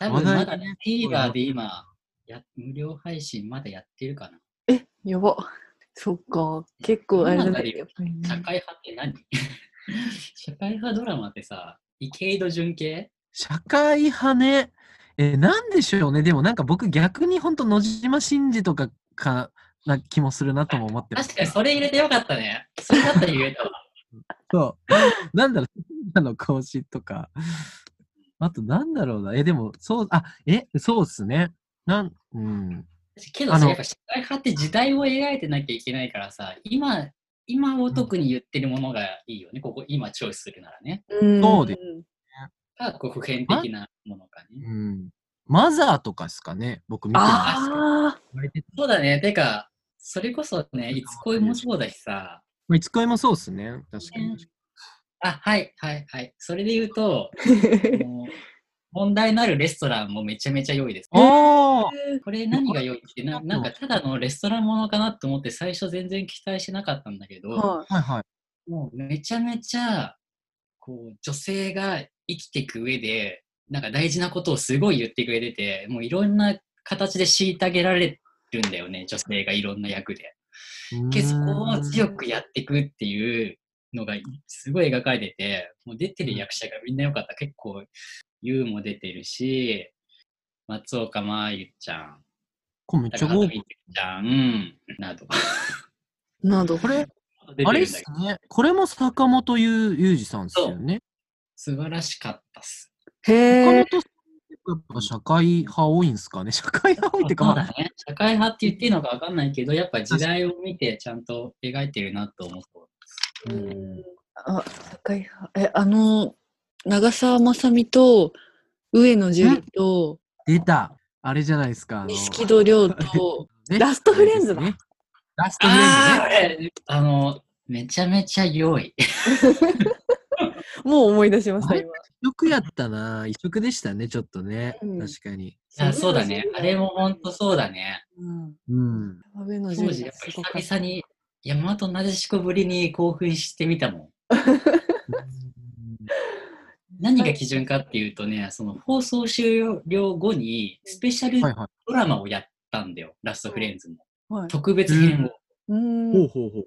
[SPEAKER 3] 多分まだね、TVer で今や、無料配信まだやってるかな。
[SPEAKER 1] え、やば。そっか。結構、あれだ
[SPEAKER 3] なんか
[SPEAKER 1] ね。
[SPEAKER 3] ね
[SPEAKER 1] やっぱりね
[SPEAKER 3] 社会派って何 社会派ドラマってさ、池井戸潤系
[SPEAKER 2] 社会派ね。えー、なんでしょうね。でもなんか僕逆に本当野島伸二とかかな気もするなとも思ってます。
[SPEAKER 3] 確かにそれ入れてよかったね。それだったら言えたわ。
[SPEAKER 2] そう。 なんだろう、あの講師とか。あとなんだろうな。え、でも、そう、あ、え、そうっすね。なん、うん。
[SPEAKER 3] けど
[SPEAKER 2] あ
[SPEAKER 3] さ、
[SPEAKER 2] の
[SPEAKER 3] やっぱ社会派って時代を描いてなきゃいけないからさ、今、今を特に言ってるものがいいよね。ここ、今チョイスするならね。
[SPEAKER 1] うん
[SPEAKER 2] そうで
[SPEAKER 3] か、こう普遍的なものかね。
[SPEAKER 2] うん。マザーとかですかね。僕見てないですけど。
[SPEAKER 1] ああ。
[SPEAKER 2] 割と
[SPEAKER 3] そうだね。てか、それこそね、いつ恋もそうだしさ、
[SPEAKER 2] まあいつ恋もそうっすね。確かに。確か
[SPEAKER 3] あ、はい、はい、はい。それで言うと、 もう問題のあるレストランもめちゃめちゃ良いです。
[SPEAKER 2] におー
[SPEAKER 3] これ何が良いってな、なんかただのレストランものかなと思って最初全然期待しなかったんだけど、
[SPEAKER 1] は
[SPEAKER 2] はいはい。
[SPEAKER 3] もうめちゃめちゃ、こう、女性が生きていく上で、なんか大事なことをすごい言ってくれてて、もういろんな形で虐げられるんだよね、女性がいろんな役で。けどそこを強くやっていくっていうのがすごい描かれてて、もう出てる役者がみんな良かった。結構、ユウも出てるし、松岡真優ちゃん、
[SPEAKER 2] これめっちゃ
[SPEAKER 3] 高
[SPEAKER 2] 豪
[SPEAKER 3] 畑
[SPEAKER 2] 華
[SPEAKER 3] 美。月ちゃん、など。
[SPEAKER 1] い。など。
[SPEAKER 2] これ、
[SPEAKER 3] 出
[SPEAKER 2] あ
[SPEAKER 3] て
[SPEAKER 2] れ
[SPEAKER 3] る
[SPEAKER 2] っ
[SPEAKER 3] んだ
[SPEAKER 2] す
[SPEAKER 3] けど
[SPEAKER 2] ね。これも坂本雄雄二さんですよね。
[SPEAKER 3] 素晴らしかったっす。
[SPEAKER 1] へ
[SPEAKER 2] 坂
[SPEAKER 1] え。
[SPEAKER 2] 本さんやっぱ社会派多いんすかね。社 会派多いっていうか、
[SPEAKER 3] そう
[SPEAKER 2] ま
[SPEAKER 3] だ
[SPEAKER 2] あ、
[SPEAKER 3] ね。社会派って言っていいのか分かんないけど、やっぱ時代を見てちゃんと描いてるなと思う。
[SPEAKER 2] うん
[SPEAKER 1] あ、高い派。え、あの、長澤まさみと、上野樹里と、
[SPEAKER 2] 出た。あれじゃないですか。あの
[SPEAKER 1] 錦戸亮と、
[SPEAKER 2] ね
[SPEAKER 1] ラストフレンズだ
[SPEAKER 2] あれですねラストフレンズ
[SPEAKER 3] あ
[SPEAKER 2] ね。
[SPEAKER 3] ーあの、めちゃめちゃ良 い。
[SPEAKER 1] もう思い出しました、
[SPEAKER 2] あれ
[SPEAKER 1] 今。
[SPEAKER 2] 一色やったな。一色でしたね、ちょっとね。
[SPEAKER 1] うん
[SPEAKER 2] 確かに。
[SPEAKER 3] あそうだね。あれも本当そうだね。
[SPEAKER 1] うん。
[SPEAKER 2] うん。
[SPEAKER 1] 上野
[SPEAKER 3] 当
[SPEAKER 1] 樹里
[SPEAKER 3] 時や
[SPEAKER 1] が
[SPEAKER 3] っ
[SPEAKER 1] すご
[SPEAKER 3] ぱ
[SPEAKER 1] かっ
[SPEAKER 3] り
[SPEAKER 1] た
[SPEAKER 3] 久々に山となでしこぶりに興奮してみたもん。何が基準かっていうとね、その放送終了後にスペシャル
[SPEAKER 2] はいはい。
[SPEAKER 3] ドラマをやったんだよ、ラストフレンズの。
[SPEAKER 1] はい
[SPEAKER 3] 特別編
[SPEAKER 1] う
[SPEAKER 3] を。
[SPEAKER 2] ほうんほうほう。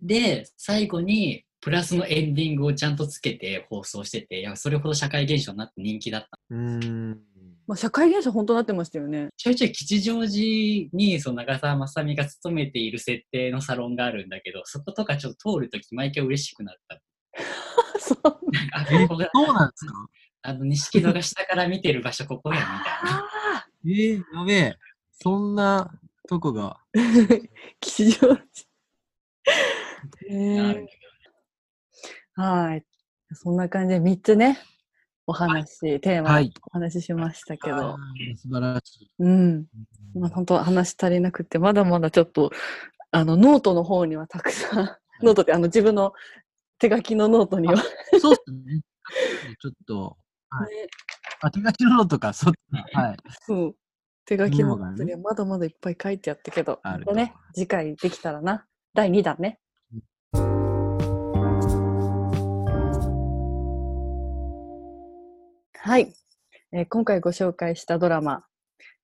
[SPEAKER 3] で、最後にプラスのエンディングをちゃんとつけて放送してて、いやそれほど社会現象になって人気だった。
[SPEAKER 2] うーん。
[SPEAKER 1] まあ社会現象本当なってましたよ ね
[SPEAKER 3] ちょいちょい吉祥寺にその長澤まさみが勤めている設定のサロンがあるんだけど、そことかちょっと通るとき毎回嬉しくな った。
[SPEAKER 1] そう
[SPEAKER 3] あ、
[SPEAKER 2] え、
[SPEAKER 3] ここだ。
[SPEAKER 2] そうなんですか
[SPEAKER 3] あの、錦戸が下から見てる場所ここや、み たいな。
[SPEAKER 1] あ
[SPEAKER 2] えー、やべえ。そんなとこが。
[SPEAKER 1] ー吉祥寺へ
[SPEAKER 3] あ
[SPEAKER 1] ー
[SPEAKER 3] るんだけ
[SPEAKER 1] はい。そんな感じで3つね、お話、テーマ、
[SPEAKER 2] はい
[SPEAKER 1] お話ししましたけど
[SPEAKER 2] あ、ー素晴らしい。
[SPEAKER 1] うん。まあ、本当は話足りなくて、まだまだちょっと、あの、ノートの方にはたくさん、ノートってあの自分の手書きのノートには、
[SPEAKER 2] そうっすね。ちょっと、はい
[SPEAKER 1] ね
[SPEAKER 2] あ、手書きのとか、そっちはい。
[SPEAKER 1] うん手書きのノートに
[SPEAKER 2] メモが
[SPEAKER 1] はまだまだいっぱい書いてあったけど、
[SPEAKER 2] ある
[SPEAKER 1] またね、次回できたらな、第2弾ね。はい、えー今回ご紹介したドラマ、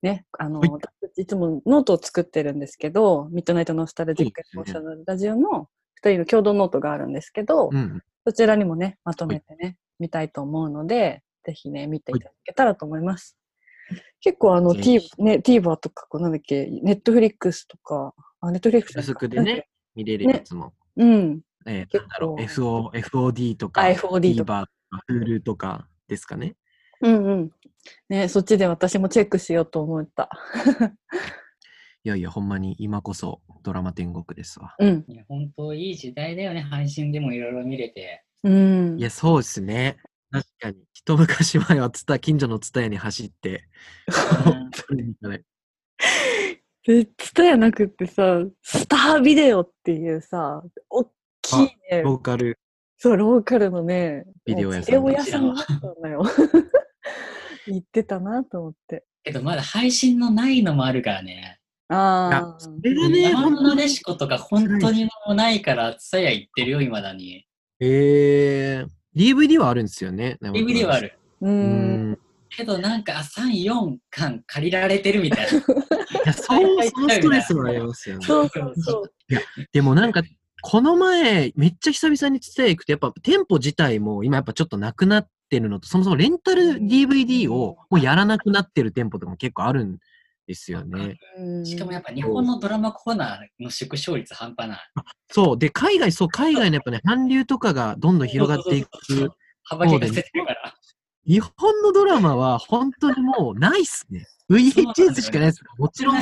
[SPEAKER 1] ね、あの、
[SPEAKER 2] はい
[SPEAKER 1] 私たちいつもノートを作ってるんですけど、ミッドナイトノスタルジックエモーショナルラジオの2人の共同ノートがあるんですけど、
[SPEAKER 2] うん。
[SPEAKER 1] そちらにもね、まとめてね、見たいと思うので、ぜひね、見ていただけたらと思います。結構あの、
[SPEAKER 2] ぜ
[SPEAKER 1] T
[SPEAKER 2] ひ、
[SPEAKER 1] ね、TVer とか、こうなんだっけ、Netflix とか、あ、Netflix
[SPEAKER 2] 予 測でね。、見れるやつも。
[SPEAKER 1] うん。
[SPEAKER 2] えー、
[SPEAKER 1] 結
[SPEAKER 2] なんだろう、
[SPEAKER 1] 構
[SPEAKER 2] FO、FOD とか、
[SPEAKER 1] あ FOD と
[SPEAKER 2] TVer とか、Hulu とかですかね。
[SPEAKER 1] うんうん。ね、そっちで私もチェックしようと思った。
[SPEAKER 2] いやいや、ほんまに今こそドラマ天国ですわ。
[SPEAKER 1] うん。
[SPEAKER 3] ど。いや、本当いい時代だよね。配信でもいろいろ見れ て。
[SPEAKER 1] うん
[SPEAKER 2] い。や、そうですね。確かに。一昔前はツタ、近所のツタヤに走って、
[SPEAKER 3] うん
[SPEAKER 2] それ見たね
[SPEAKER 1] で、ツタやなくってさ、スタービデオっていうさ、おっきいね、
[SPEAKER 2] ローカル。
[SPEAKER 1] そう、ローカルのね、
[SPEAKER 2] ビデオ屋さん
[SPEAKER 1] もうビデオ屋さんだったん だよ。行ってたなと思って。
[SPEAKER 3] けどまだ配信のないのもあるからね。
[SPEAKER 1] ああ。
[SPEAKER 2] え
[SPEAKER 3] 山
[SPEAKER 2] ね、ほん
[SPEAKER 3] 本なでしことか本当にもうないから、さや行ってるよ、いまだに。
[SPEAKER 2] えー、DVD はあるんですよね。
[SPEAKER 3] DVD はあ。る。
[SPEAKER 1] う。
[SPEAKER 2] うんん。
[SPEAKER 3] けどなんかあ3、4巻借りられてるみたいな。
[SPEAKER 2] いや、そう、そのストレスはありますよね。
[SPEAKER 1] そうそうそう。
[SPEAKER 2] でもなんか、この前、めっちゃ久々に伝え行くと、やっぱ店舗自体も今やっぱちょっとなくなってるのと、そもそもレンタル DVD をもうやらなくなってる店舗とかも結構あるんですよね。
[SPEAKER 3] しかもやっぱ日本のドラマコーナーの縮小率半端ない。
[SPEAKER 2] そう。で、海外、そう、海外のやっ ぱね、韓流とかがどんどん広がっていく。
[SPEAKER 3] 幅利かせてるから。
[SPEAKER 2] 日本のドラマは本当にもうないっすね。VHS しかないです。もちろん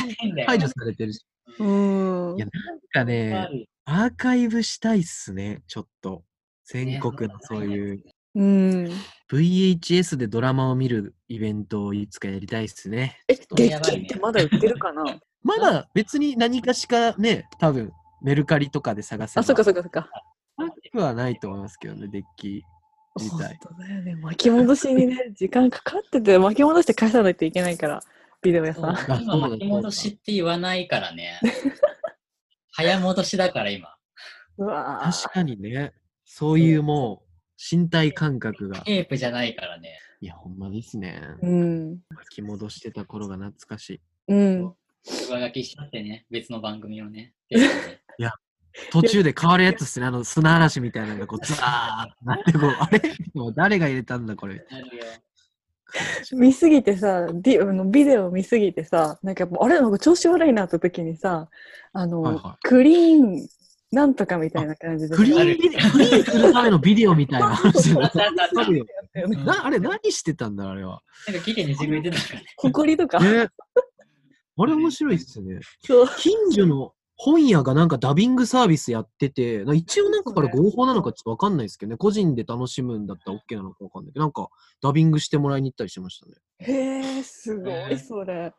[SPEAKER 2] 排除されてるし。
[SPEAKER 1] うん
[SPEAKER 2] いや、なんかね、アーカイブしたいっすね、ちょっと。全国のそういう。
[SPEAKER 1] うん。
[SPEAKER 2] VHS でドラマを見るイベントをいつかやりたいっすね。
[SPEAKER 1] え、
[SPEAKER 3] これ
[SPEAKER 1] デ
[SPEAKER 3] や
[SPEAKER 1] ッ
[SPEAKER 3] ばい
[SPEAKER 1] キ
[SPEAKER 3] ね
[SPEAKER 1] ってまだ売ってるかな
[SPEAKER 2] まだ別に何かしかね、多分メルカリとかで探せば
[SPEAKER 1] あ、そっかそっかそっか。
[SPEAKER 2] なくはないと思いますけどね、デッキ自
[SPEAKER 1] 本
[SPEAKER 2] 体。
[SPEAKER 1] 当だよね。巻き戻しにね、時間かかってて、巻き戻して返さないといけないから、ビデオ屋さん。
[SPEAKER 3] そう今巻き戻しって言わないから ね。早戻しだから今。
[SPEAKER 1] うわぁ。
[SPEAKER 2] 確かにね、そういうもう身体感覚が。
[SPEAKER 3] テープじゃないからね。
[SPEAKER 2] いや、ほんまですね。
[SPEAKER 1] うん。
[SPEAKER 2] 巻き戻してた頃が懐かしい。
[SPEAKER 1] うん。
[SPEAKER 3] 上書きしちゃってね、別の番組を ね。テープでね
[SPEAKER 2] 途中で変わるやつっすね、あの砂嵐みたいなのがこう、ザーってなってこう、あれもう誰が入れたんだ、 これ。
[SPEAKER 3] あるよ
[SPEAKER 1] 見すぎてさ、ディあのビデオ見すぎてさ、なんかやっぱあれなんか調子悪いなって時にさ、あの、
[SPEAKER 2] はいは
[SPEAKER 1] クリーンなんとかみたいな感じで。
[SPEAKER 2] クリーンビデオ、クリーンするためのビデオみたいな話になって
[SPEAKER 3] あ ったあったあった
[SPEAKER 2] るよ。
[SPEAKER 1] よね。
[SPEAKER 2] なあれ何してたんだあれは。
[SPEAKER 3] なんか綺麗に自分で出たからね。
[SPEAKER 1] ほこりとか。
[SPEAKER 2] ね、あれ面白いっすね。
[SPEAKER 1] そう。
[SPEAKER 2] 近所の本屋がなんかダビングサービスやってて、な一応なんかこれ合法なのかちょっとわかんないですけどね、個人で楽しむんだったら OK なのかわかんないけど、なんかダビングしてもらいに行ったりしてましたね。
[SPEAKER 1] へえ、すご
[SPEAKER 3] ね
[SPEAKER 1] い、それ。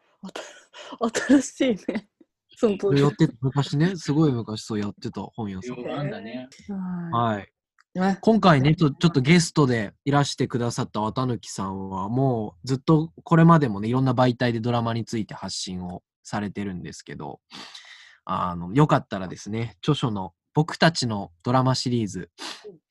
[SPEAKER 1] あた新しい ね。その当
[SPEAKER 2] それ
[SPEAKER 1] 時
[SPEAKER 2] や。ってた昔ね、すごい昔そうやってた本屋さん。
[SPEAKER 3] よあんだね。
[SPEAKER 1] は
[SPEAKER 2] はい。
[SPEAKER 1] い。ね
[SPEAKER 2] 今回ねちょ、ちょっとゲストでいらしてくださった綿貫さんは、もうずっとこれまでもね、いろんな媒体でドラマについて発信をされてるんですけど、あの、よかったらですね、著書の僕たちのドラマシリーズ。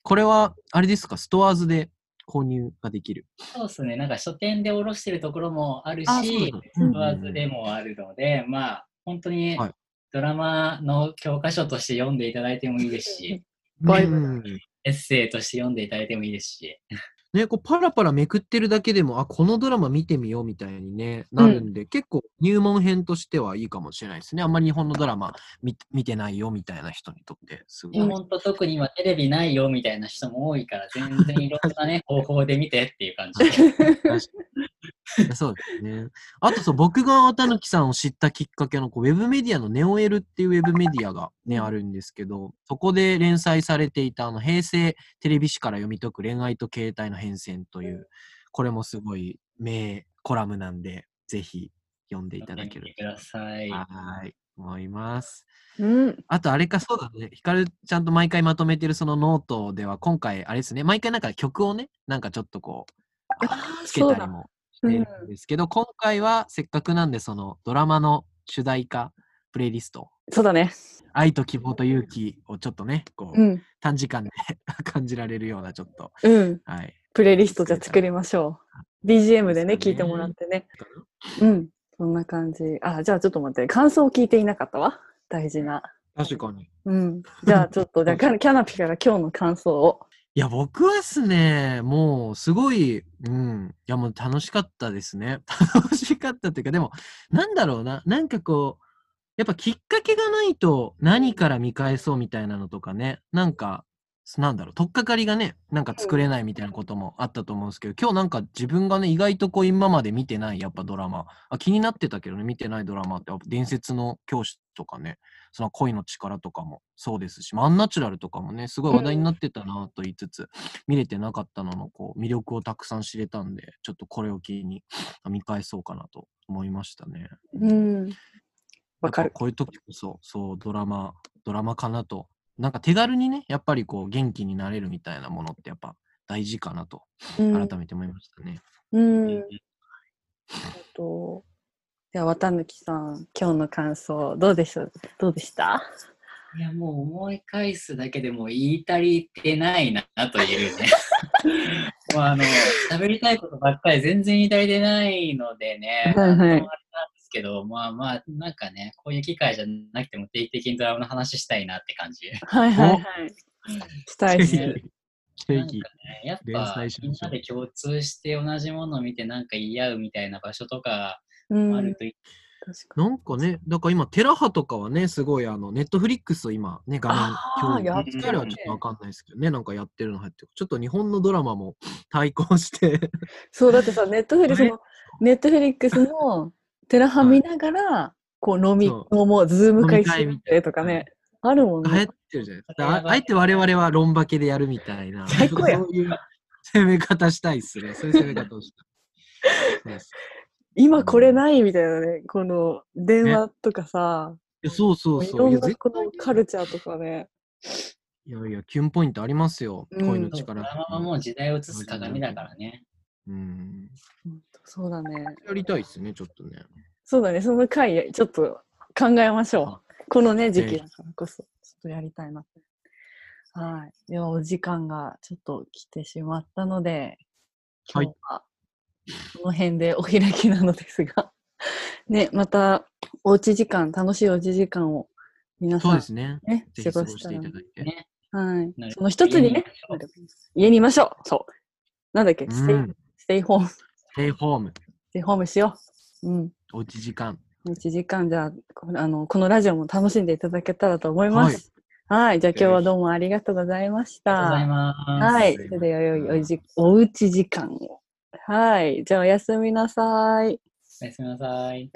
[SPEAKER 2] これは、あれですか、ストアーズで購入ができる。
[SPEAKER 3] そうですね、なんか書店で卸してるところもある
[SPEAKER 2] あそう
[SPEAKER 3] し
[SPEAKER 2] なんだ、
[SPEAKER 3] ストアーズでもあるので、まあ、本当に
[SPEAKER 2] はい
[SPEAKER 3] ドラマの教科書として読んでいただいてもいいですし、
[SPEAKER 1] バイブ
[SPEAKER 2] うん
[SPEAKER 3] エッセイとして読んでいただいてもいいですし、
[SPEAKER 2] ね、こうパラパラめくってるだけでも、あ、このドラマ見てみようみたいに、ね、なるんで、結構入門編としてはいいかもしれないですね。あんまり日本のドラマ見見てないよみたいな人にとって、すごい。
[SPEAKER 3] 本当特に今テレビないよみたいな人も多いから、全然いろんな ね、方法で見てっていう感じで。
[SPEAKER 2] そうですね。あとそう、僕が綿貫さんを知ったきっかけの、こうウェブメディアのネオエルっていうウェブメディアがね、あるんですけど、そこで連載されていた、あの、平成テレビ誌から読み解く恋愛と携帯の変遷という、これもすごい名コラムなんで、ぜひ読んでいただける
[SPEAKER 3] 見てください。
[SPEAKER 2] と。はーい。思います。
[SPEAKER 1] うん。
[SPEAKER 2] あとあれか、そうだね。ヒカルちゃんと毎回まとめてるそのノートでは、今回、あれですね、毎回なんか曲をね、なんかちょっとこう、あ
[SPEAKER 1] あー
[SPEAKER 2] のつけたりもしてるんですけど、今回はせっかくなんで、そのドラマの主題歌、プレイリスト、
[SPEAKER 1] そうだね。
[SPEAKER 2] 愛と希望と勇気をちょっとね、こう、
[SPEAKER 1] うん。
[SPEAKER 2] 短時間で 感じられるような、ちょっと、
[SPEAKER 1] うん。
[SPEAKER 2] はい。
[SPEAKER 1] プレイリストじゃ作りましょう。BGM でね、
[SPEAKER 2] そうですね
[SPEAKER 1] 聞いてもらってね。うん。そんな感じ。あ、じゃあちょっと待って。感想を聞いていなかったわ。大事な。
[SPEAKER 2] 確かに。い
[SPEAKER 1] うん。じゃあちょっと、じゃあキャキャナピから今日の感想を。
[SPEAKER 2] や、僕はですね、もう、すごい、うん、いや、もう楽しかったですね。楽しかったっていうか、でも、なんだろうな、なんかこう、やっぱきっかけがないと何から見返そうみたいなのとかね、なんか、なんだろう、取っかかりがね、なんか作れないみたいなこともあったと思うんですけど、今日なんか自分がね、意外とこう今まで見てないやっぱドラマ、あ気になってたけどね、見てないドラマって、やっぱ伝説の教師とかね、その恋の力とかもそうですし、まあアンナチュラルとかもね、すごい話題になってたなと言いつつ、見れてなかったののこう魅力をたくさん知れたんで、ちょっとこれを機にあ見返そうかなと思いましたね。
[SPEAKER 1] うん。わか
[SPEAKER 2] やっ
[SPEAKER 1] る
[SPEAKER 2] ぱ。こういう時こそ、そう、ドラマ、ドラマかなと。なんか手軽にね、やっぱりこう、元気になれるみたいなものって、やっぱ大事かなと、
[SPEAKER 1] うん
[SPEAKER 2] 改めて思いましたね。
[SPEAKER 1] うん。えっと、じゃあ、綿貫さん、今日の感想、どうでしたどうでした
[SPEAKER 3] いや、もう思い返すだけでも言い足りてないなという ね。もうあの、喋りたいことばっかり全然言い足りてないのでね。
[SPEAKER 1] はいはい
[SPEAKER 3] あのあれなんですけど、まあまあ、なんかね、こういう機会じゃなくても定期的にドラマの話したいなって感じ。
[SPEAKER 1] はいはいはい。したいし。
[SPEAKER 3] ね
[SPEAKER 2] 正
[SPEAKER 3] なんか
[SPEAKER 2] 義
[SPEAKER 3] ね。、やっ
[SPEAKER 2] 連
[SPEAKER 3] ぱ
[SPEAKER 2] 載し
[SPEAKER 3] みん
[SPEAKER 2] ましょ
[SPEAKER 3] な
[SPEAKER 2] う
[SPEAKER 3] で共通して同じものを見てなんか言い合うみたいな場所とか
[SPEAKER 1] う
[SPEAKER 3] ある
[SPEAKER 1] ん。
[SPEAKER 3] といい
[SPEAKER 1] 確か
[SPEAKER 2] なんかね、だから今、テラハとかはね、すごい、あの、ネットフリックスを今、ね、画
[SPEAKER 1] あー
[SPEAKER 2] 面
[SPEAKER 1] や
[SPEAKER 2] 共
[SPEAKER 3] って
[SPEAKER 2] 有
[SPEAKER 3] る
[SPEAKER 2] してるはちょっとわかんないですけどね、なんかやってるの入ってるちょっと日本のドラマも対 抗して、
[SPEAKER 1] に。そう、だってさ、ネットフリ、そ
[SPEAKER 2] ね
[SPEAKER 1] の、ネットフリックスのテラハ見ながら、こう、飲み、
[SPEAKER 2] そ
[SPEAKER 1] もう、もう、ズーム会し
[SPEAKER 2] 飲み会みたい
[SPEAKER 1] て
[SPEAKER 2] な
[SPEAKER 1] とかね、あるもん
[SPEAKER 2] 流行っ
[SPEAKER 1] ね。
[SPEAKER 2] てるじゃないです
[SPEAKER 3] それ
[SPEAKER 2] か。
[SPEAKER 3] はや
[SPEAKER 2] あ
[SPEAKER 3] ば
[SPEAKER 2] あ
[SPEAKER 3] い
[SPEAKER 2] えて我々は論化けでやるみたいな。
[SPEAKER 1] 最高や
[SPEAKER 2] そういう攻め方したいっすね。そういう攻め方 をしたい。そうです
[SPEAKER 1] 今これないみたいなね、この、電話とかさ、
[SPEAKER 2] えそうそう
[SPEAKER 1] い
[SPEAKER 2] そう。
[SPEAKER 1] ろ
[SPEAKER 2] い
[SPEAKER 1] ん
[SPEAKER 2] や、
[SPEAKER 1] な
[SPEAKER 2] 絶
[SPEAKER 1] こ
[SPEAKER 2] 対
[SPEAKER 1] のカルチャーとかね。
[SPEAKER 2] いやいや、キュンポイントありますよ。
[SPEAKER 1] うん
[SPEAKER 2] 恋の
[SPEAKER 3] そうド
[SPEAKER 2] 力。
[SPEAKER 3] ラマはもう時代を映す鏡だからね。
[SPEAKER 2] うん。
[SPEAKER 1] そうだね。
[SPEAKER 2] やりたいっすね、ちょっとね。
[SPEAKER 1] そうだね、その回、ちょっと考えましょう。このね、時期だからこそ、ちょっとやりたいなって。はい。では、お時間がちょっと来てしまったので、
[SPEAKER 2] は
[SPEAKER 1] 今日
[SPEAKER 2] い
[SPEAKER 1] は、この辺でお開きなのですが、 ね、また、おうち時間、楽しいおうち時間を、皆
[SPEAKER 2] そう
[SPEAKER 1] さん
[SPEAKER 2] ですね。
[SPEAKER 1] ね、過
[SPEAKER 2] ぜひ過
[SPEAKER 1] ご
[SPEAKER 2] ご
[SPEAKER 1] し
[SPEAKER 2] したてい
[SPEAKER 1] ら
[SPEAKER 2] ただいて。
[SPEAKER 3] ね
[SPEAKER 1] はい
[SPEAKER 3] な。る
[SPEAKER 1] その一つにね、
[SPEAKER 3] 家
[SPEAKER 1] 家に
[SPEAKER 3] にいましょ
[SPEAKER 1] いましょう。そう。なんだっけ、
[SPEAKER 2] う
[SPEAKER 1] ステイ
[SPEAKER 2] ん。
[SPEAKER 1] ステイホーム、ス
[SPEAKER 2] ステイホーム。
[SPEAKER 1] テイホームしよう。うん。
[SPEAKER 2] おうち時間。
[SPEAKER 1] 1時間じゃあこあのこのラジオも楽しんでいただけたらと思います。はい、じゃあ今日はどうもありがとうございまし
[SPEAKER 3] ありがとうござい
[SPEAKER 1] た。
[SPEAKER 3] ます。
[SPEAKER 1] はい、
[SPEAKER 2] あり
[SPEAKER 1] そ
[SPEAKER 2] が
[SPEAKER 1] れ
[SPEAKER 2] とうござ
[SPEAKER 1] で
[SPEAKER 2] い
[SPEAKER 1] は
[SPEAKER 2] ま
[SPEAKER 1] よ
[SPEAKER 2] す
[SPEAKER 1] いおじおうち時間を。はい、じゃあおやすみなさい。
[SPEAKER 3] おやすみなさい。